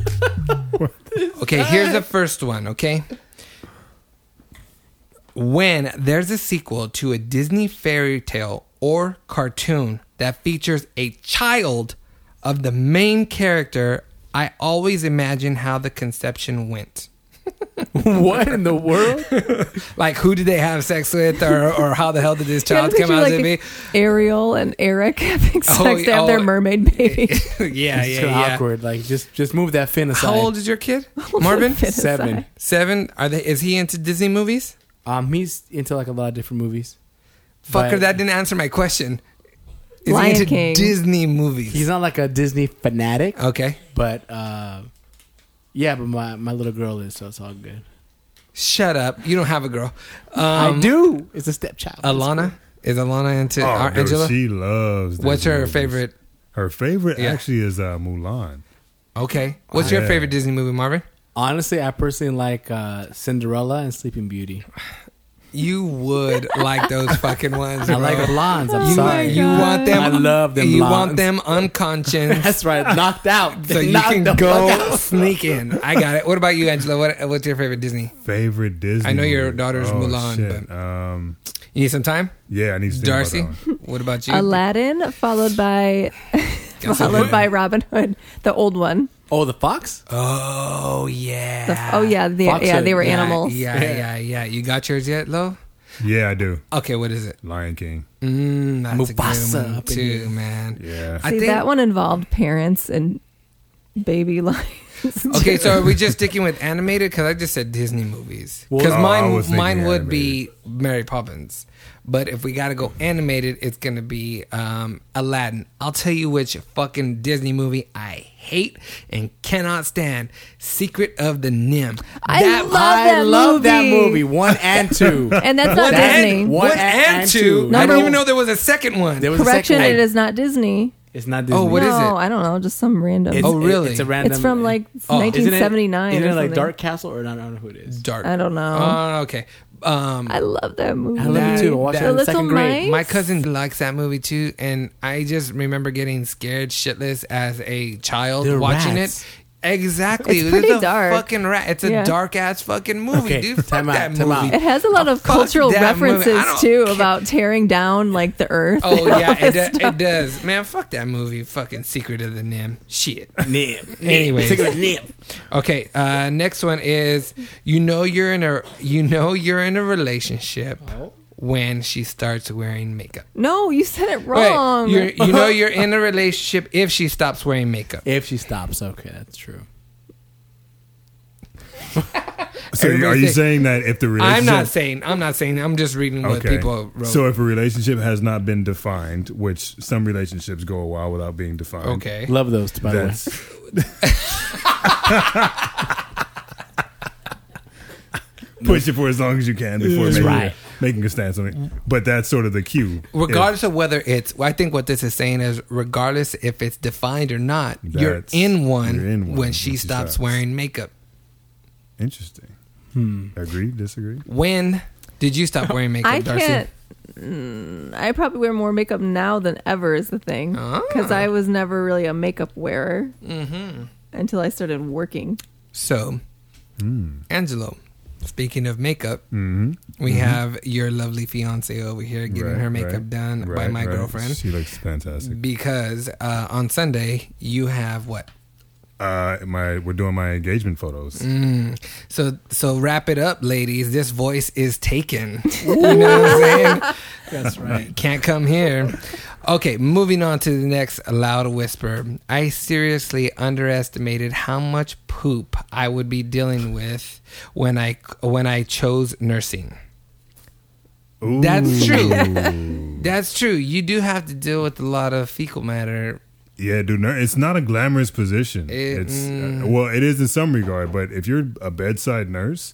to hear. You talk. Okay, here's the first one, okay? When there's a sequel to a Disney fairy tale or cartoon that features a child of the main character, I always imagine how the conception went. what in the world? Like, who did they have sex with, or, or how the hell did this Yeah, I child come picture, out like, to be? Ariel and Eric having sex Oh, to have their oh. mermaid baby. yeah, yeah, yeah. it's so awkward. Like just just move that fin aside. How old is your kid, Marvin? Fit aside. Seven. Seven. Are they? Is he into Disney movies? Um, he's into like a lot of different movies. Fucker, But that didn't answer my question. Is Lion he into King. Disney movies? He's not like a Disney fanatic, okay. but uh, yeah. But my my little girl is, so it's all good. Shut up. You don't have a girl. Um, I do. It's a stepchild. Alana is Alana into Oh, Ar- dude, Angela? she loves. What's Disney her movies. favorite? Her favorite Yeah. actually is uh, Mulan. Okay. What's Oh, Yeah. your favorite Disney movie, Marvin? Honestly, I personally like uh, Cinderella and Sleeping Beauty. You would like those fucking ones. I like bro. blondes. I'm You, sorry. you want them? I love them You blondes. want them unconscious. That's right. Knocked out. So you Knocked can the fuck out. go sneak in. I got it. What about you, Angela? What, what's your favorite Disney? Favorite Disney. I know your movie. daughter's oh, Mulan, Shit. Um, You need some time, yeah, I need to think Darcy. About that one. What about you? Aladdin, followed by followed by Robin Hood, the old one. Oh, the fox. Oh yeah. The- oh yeah, the, Fox yeah, Hood. they were Yeah, animals. Yeah, yeah, yeah, You got yours yet, Lo? Yeah, I do. Okay, what is it? Lion King. Mm, that's a Mufasa good one up in too, here. man. Yeah. I See, think- that one involved parents and baby lions. Okay, so are we just sticking with animated? Because I just said Disney movies. Well, Because oh, I was mine, thinking mine would be Mary Poppins. But if we gotta go animated, it's gonna be um, Aladdin. I'll tell you which fucking Disney movie I hate and cannot stand: Secret of the Nim. I love that I love that movie. movie. One and two. and that's not That- Disney. what- One One and, and two. two. I Number- didn't even know there was a second one. There was a Correction, second it one. is not Disney. It's not Disney. Oh, what no, is it? I don't know, just some random. It's- Oh, it- really? It's a random. It's from like Oh. Isn't it- 1979. Isn't or it like something. Dark Castle or I don't know who it is. dark. I don't know. Uh, okay. Um, I love that movie. I love it too. I watched that- it in Little second grade. Mice? my cousin likes that movie too, and I just remember getting scared shitless as a child They're watching rats. it. Exactly. It's pretty a dark. Fucking rat. It's a Yeah. dark ass fucking movie, Okay, dude. Fuck time out, that time out. movie. It has a lot Oh, of fuck cultural that movie. I references don't too care. about tearing down like the earth. Oh and all yeah, it, this do- stuff. it does. Man, fuck that movie. Fucking Secret of the Nim. Shit. Nip. Anyways. Take a nip. Okay, uh, next one is you know you're in a you know you're in a relationship Oh. when she starts wearing makeup. No, you said it Wait, wrong. you're- you know you're in a relationship if she stops wearing makeup. If she stops, okay, that's true. So are Everybody you say- saying that if the relationship I'm not saying I'm not saying I'm just reading what people wrote. So if a relationship has not been defined, which some relationships go a while without being defined. okay. Love those, by the way. That's Push it for as long as you can before That's making, right. making a stance on it. But that's sort of the cue. Regardless of whether it's, I think what this is saying is, regardless if it's defined or not, you're That's- in, one you're in one when she stops wearing makeup. If- interesting. Agree? Disagree? When did you stop wearing makeup, I Darcy? can't. Mm, I probably wear more makeup now than ever is the thing because Ah. I was never really a makeup wearer Mm-hmm. until I started working. So, Hmm. Angelo, speaking of makeup, we have your lovely fiance over here getting Mm-hmm. Right, her makeup right, done by right, my right. girlfriend Mm. She looks fantastic. because uh, on Sunday you have what? Uh, my we're doing my engagement photos. So so wrap it up, ladies. This voice is taken. you know what I'm saying? That's right. Can't come here. Okay, moving on to the next loud whisper. I seriously underestimated how much poop I would be dealing with when I when I chose nursing. That's true. That's true. You do have to deal with a lot of fecal matter. Yeah, dude, no, it's not a glamorous position. It- mm. it's uh, well, it is in some regard, but if you're a bedside nurse,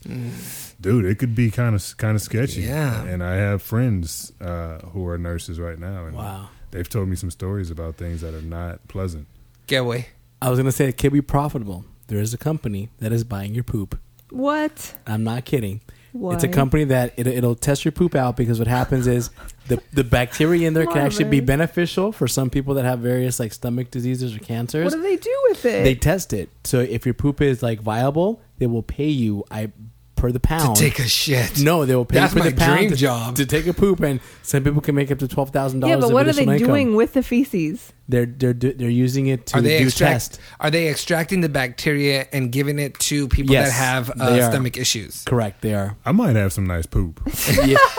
dude, it could be kind of kind of sketchy. Mm. Yeah. and I have friends uh, who are nurses right now, and Wow. they've told me some stories about things that are not pleasant. Get away. I was gonna say it can be profitable. There is a company that is buying your poop. What? I'm not kidding. It's a Why? company that it, it'll test your poop out because what happens is the the bacteria in there can actually be Marvin. beneficial for some people that have various like stomach diseases or cancers. What do they do with it? they test it. So if your poop is like viable, they will pay you I per the pound. Take a shit. Oh. no, they will pay That's you per my the pound dream to, job. to take a poop, and some people can make up to twelve thousand yeah, dollars. but what are they doing with the feces? They're they're do- they're using it to are they do extract, test. Are they extracting the bacteria and giving it to people Yes, that have they are. uh, stomach issues? Correct. They are. I might have some nice poop. Yeah.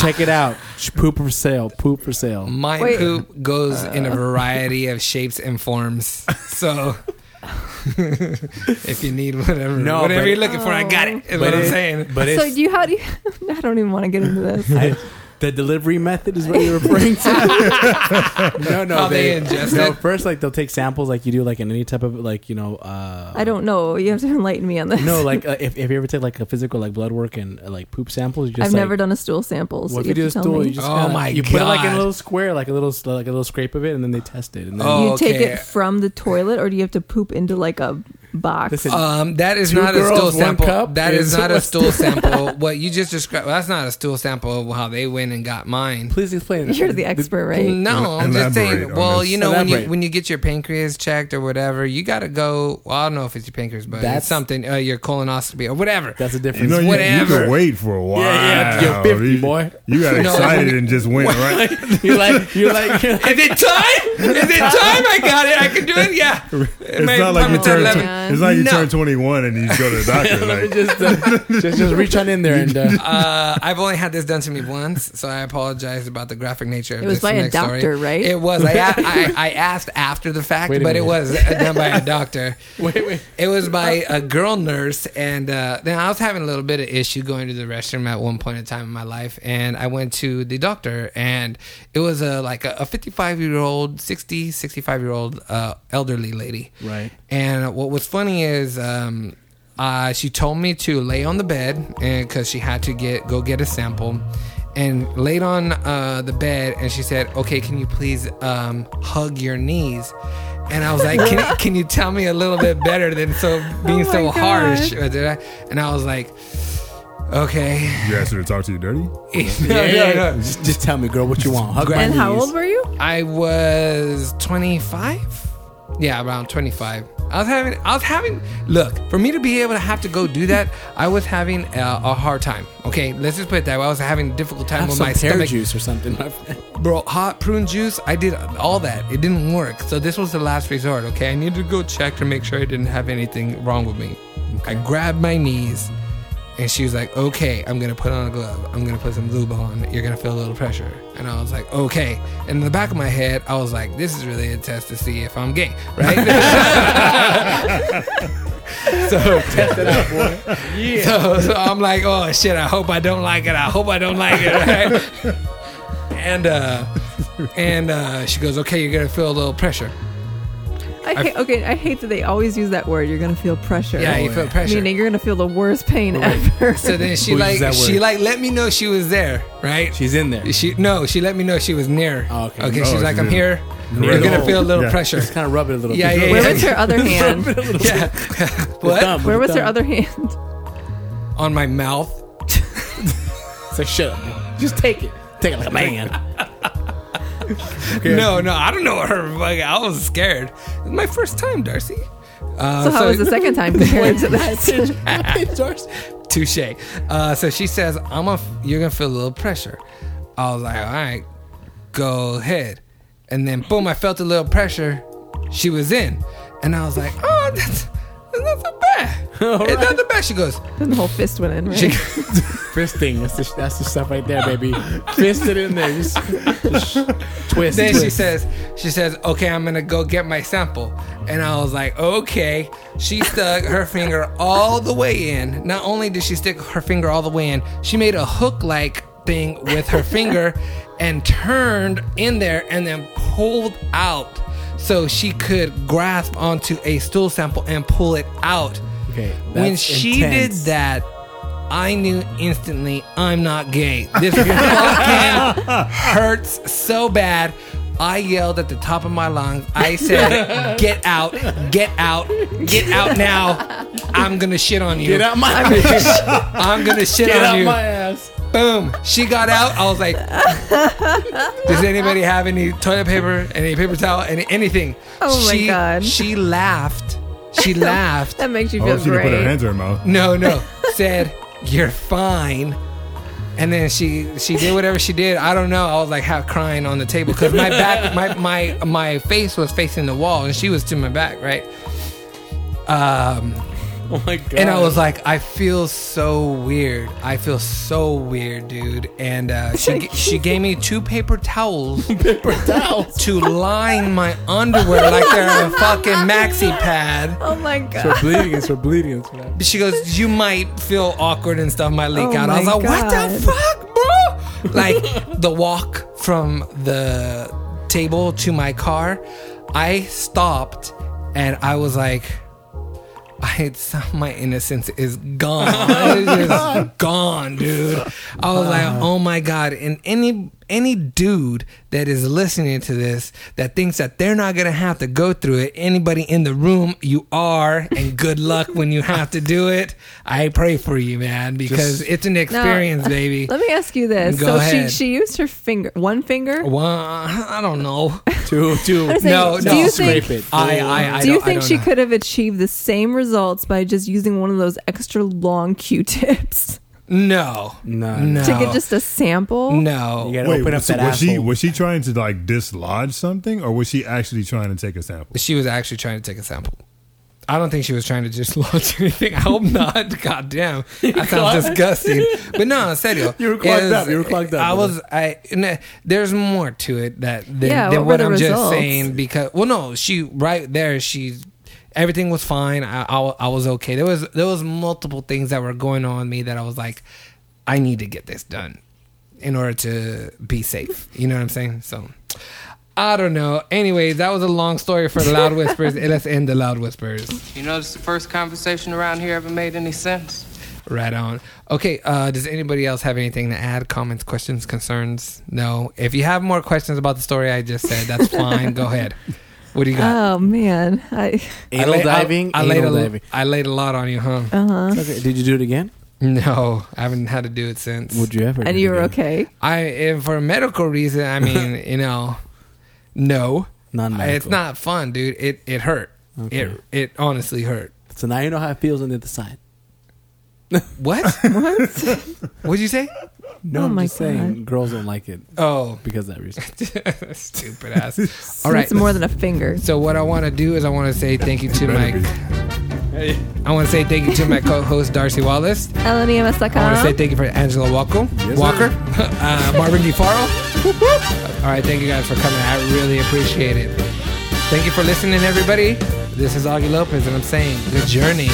Check it out. Sh- Poop for sale. Poop for sale. My Wait. poop goes in a variety of shapes and forms. So if you need whatever, No, whatever but- you're looking for, I got it. Is what I'm it- saying. But So it's do you how do you? I don't even want to get into this. I- the delivery method is what you're referring to. no, no, How they ingest no, it? First, like they'll take samples, like you do, like in any type of like you know. Uh, I don't know. You have to enlighten me on this. No, like uh, if, if you ever take like a physical, like blood work and uh, like poop samples, you just I've like, never done a stool sample. So What if you you do a have to tell stool? me. You just Oh kinda- my you put it like in a God. little square, like a little like a little scrape of it, and then they test it. And then Oh. you take okay. it from the toilet, or do you have to poop into like a box? listen, Um, that is Two not girls, a stool one sample. cup That is is not a what's stool sample. What you just described, well, that's not a stool sample of how they went and got mine. please explain. You're the expert, right? No, I'm just Elaborate saying. on Well, this. you know, when you Elaborate. when you get your pancreas checked or whatever, you got to go. Well, I don't know if it's your pancreas, but That's- it's something. Uh, your colonoscopy or whatever. That's a You difference. know, you, you whatever. could wait for a while. yeah, you're 50, You- boy. You got No. excited and just went right. you're like you're like you're like Is it time? Is it time? I got it. I can do it. Yeah. It's not like you turn. eleven. tw- It's like you No. turn twenty one and you go to the doctor. let me like, just, uh, just just reach on in there and uh, Uh, I've only had this done to me once, so I apologize about the graphic nature of It was this by a next doctor, story. right? It was. I, a- I, I asked after the fact, Wait a but it minute. was done by a doctor. wait wait. It was by a girl nurse, and uh, then I was having a little bit of issue going to the restroom at one point in time in my life, and I went to the doctor, and it was a like a 55 year old, 60, 65 year old uh, elderly lady. Right. And what was funny is um, uh, she told me to lay on the bed because she had to get go get a sample, and laid on uh, the bed. And she said, "Okay, can you please um, hug your knees?" And I was like, can, "Can you tell me a little bit better than so being Oh so my harsh?" God. And I was like, "Okay." you asked her to talk to you dirty. Yeah, yeah, Just, just tell me, girl, what you want. Hug my and how knees. old were you? I was 25. Yeah, around 25. Uh, I was having, I was having. Look, for me to be able to have to go do that, I was having a, a hard time. Okay, let's just put it that way. I was having a difficult time Have with some my pear stomach. juice or something. my friend. Bro, hot prune juice. I did all that. It didn't work. So this was the last resort. Okay, I needed to go check to make sure I didn't have anything wrong with me. I grabbed my knees, and she was like, "Okay, I'm gonna put on a glove. I'm gonna put some lube on. You're gonna feel a little pressure." And I was like, "Okay." And in the back of my head, I was like, "This is really a test to see if I'm gay, right?" so test it out, boy. Yeah. So, so I'm like, "Oh shit! I hope I don't like it. I hope I don't like it." Right and uh and uh she goes okay you're gonna feel a little pressure I hate, okay, I hate that they always use that word. You're gonna feel pressure. yeah you feel pressure Meaning you're gonna feel the worst pain ever. so then she Who like uses that she word? like let me know she was there right She's in there. she no she let me know she was near Oh, okay. okay Oh, she's she like i'm did. here you're Right gonna on. feel a little Yeah. pressure Just kind of rub it a little. Yeah, bit. yeah, Where yeah. was her other hand? yeah With what thumb, with Where was thumb. her other hand? Oh, on my mouth It's like shut up. dude. Just take it. Take it like a man. no no i don't know what her like, i was scared it was my first time darcy uh, So how was the second time compared to this? Touche. Uh, so she says, "I'm a. You're gonna feel a little pressure." I was like, "All right, go ahead." And then boom, I felt a little pressure. She was in, and I was like, "Oh, that's, that's not so bad. It's not so bad." She goes, then the whole fist went in, right? she, Fisting. That's the, that's the stuff right there, baby. Fist it in there. Just, just twist. then she twist. says, "She says, okay, I'm gonna go get my sample." And I was like, "Okay." She stuck her finger all the way in. Not only did she stick her finger all the way in, she made a hook-like thing with her finger and turned in there and then pulled out so she could grasp onto a stool sample and pull it out. Okay, When that's she intense. did that, I knew instantly I'm not gay. This fucking hurts so bad. I yelled at the top of my lungs. I said, "Get out! Get out! Get out now! I'm gonna shit on you. "Get out my ass! I'm gonna shit Get on out you." my ass!" Boom! She got out. I was like, "Does anybody have any toilet paper, any paper towel, any anything?" Oh my she, God. She laughed. She laughed. That makes you Oh, feel she didn't put her great. hands in her mouth. No, no. Said, "You're fine." And then she she did whatever she did. I don't know. I was like half crying on the table because my back my my my face was facing the wall and she was to my back, right? Um, Oh my god! and I was like, I feel so weird. I feel so weird, dude. And uh, she g- she gave me two paper towels towels. to line my underwear like they're a fucking maxi pad. Oh my god. We're bleeding. It's we're bleeding. It's whatever. She goes, "You might feel awkward and stuff might leak Oh out." I was my like, "What God. the fuck, bro?" Like the walk from the table to my car, I stopped and I was like, "I it's, my innocence is gone. It is gone, dude." I was like, "Oh my god!" And any any dude that is listening to this that thinks that they're not gonna have to go through it, anybody in the room, you are, and good luck when you have to do it. I pray for you, man, because it's an experience, baby. uh, Let me ask you this. Go so ahead. she she used her finger, one finger. Well, I don't know. Two, two. was saying, No, do no. you Scrape think- it. I, I, I do you don't- I think don't she know. could have achieved the same results by just using one of those extra long Q-tips No, No. no, Mm, to get just a sample? no. You gotta Wait, open up was, that was asshole. she was she trying to like dislodge something, or was she actually trying to take a sample? She was actually trying to take a sample. I don't think she was trying to just launch anything. I hope not. God damn, that sounds disgusting. But no, in serio. You were clogged up. You were clogged up. I was. I. no, there's more to it that than, Yeah, than what what were I'm the just results? saying. Because well, no, she right there. She everything was fine. I, I wa- I was okay. There was there was multiple things that were going on with me that I was like, I need to get this done in order to be safe. You know what I'm saying? So I don't know. Anyways, that was a long story for the loud whispers. Let's end the loud whispers. You notice the first conversation around here ever made any sense? Right on. Okay. Uh, does anybody else have anything to add? Comments, questions, concerns? No. If you have more questions about the story I just said, that's fine. Go ahead. What do you got? Oh man, I Anal I lay- I- diving. I, laid a, anal l- diving. I laid a lot on you, huh? Okay, did you do it again? No, I haven't had to do it since. Would you ever? and do it you were again? okay. I, if for a medical reason, I mean, you know, no, Non-medical. it's not fun, dude. It it hurt. It it honestly hurt. So now you know how it feels on the other side. Oh What? what? What'd you say? No, Oh I'm my just saying God. girls don't like it Oh, because of that reason. stupid ass. So All right. It's more than a finger. So what I want to do is I want to say thank you to my. Better be. I want to say thank you to my co-host Darcy Wallace. E I want to say LNEMS.com. thank you for Angela Walker, Walker, uh, Marvin D. Farrell. All right, thank you guys for coming. I really appreciate it. Thank you for listening, everybody. This is Augie Lopez, and I'm saying good journey.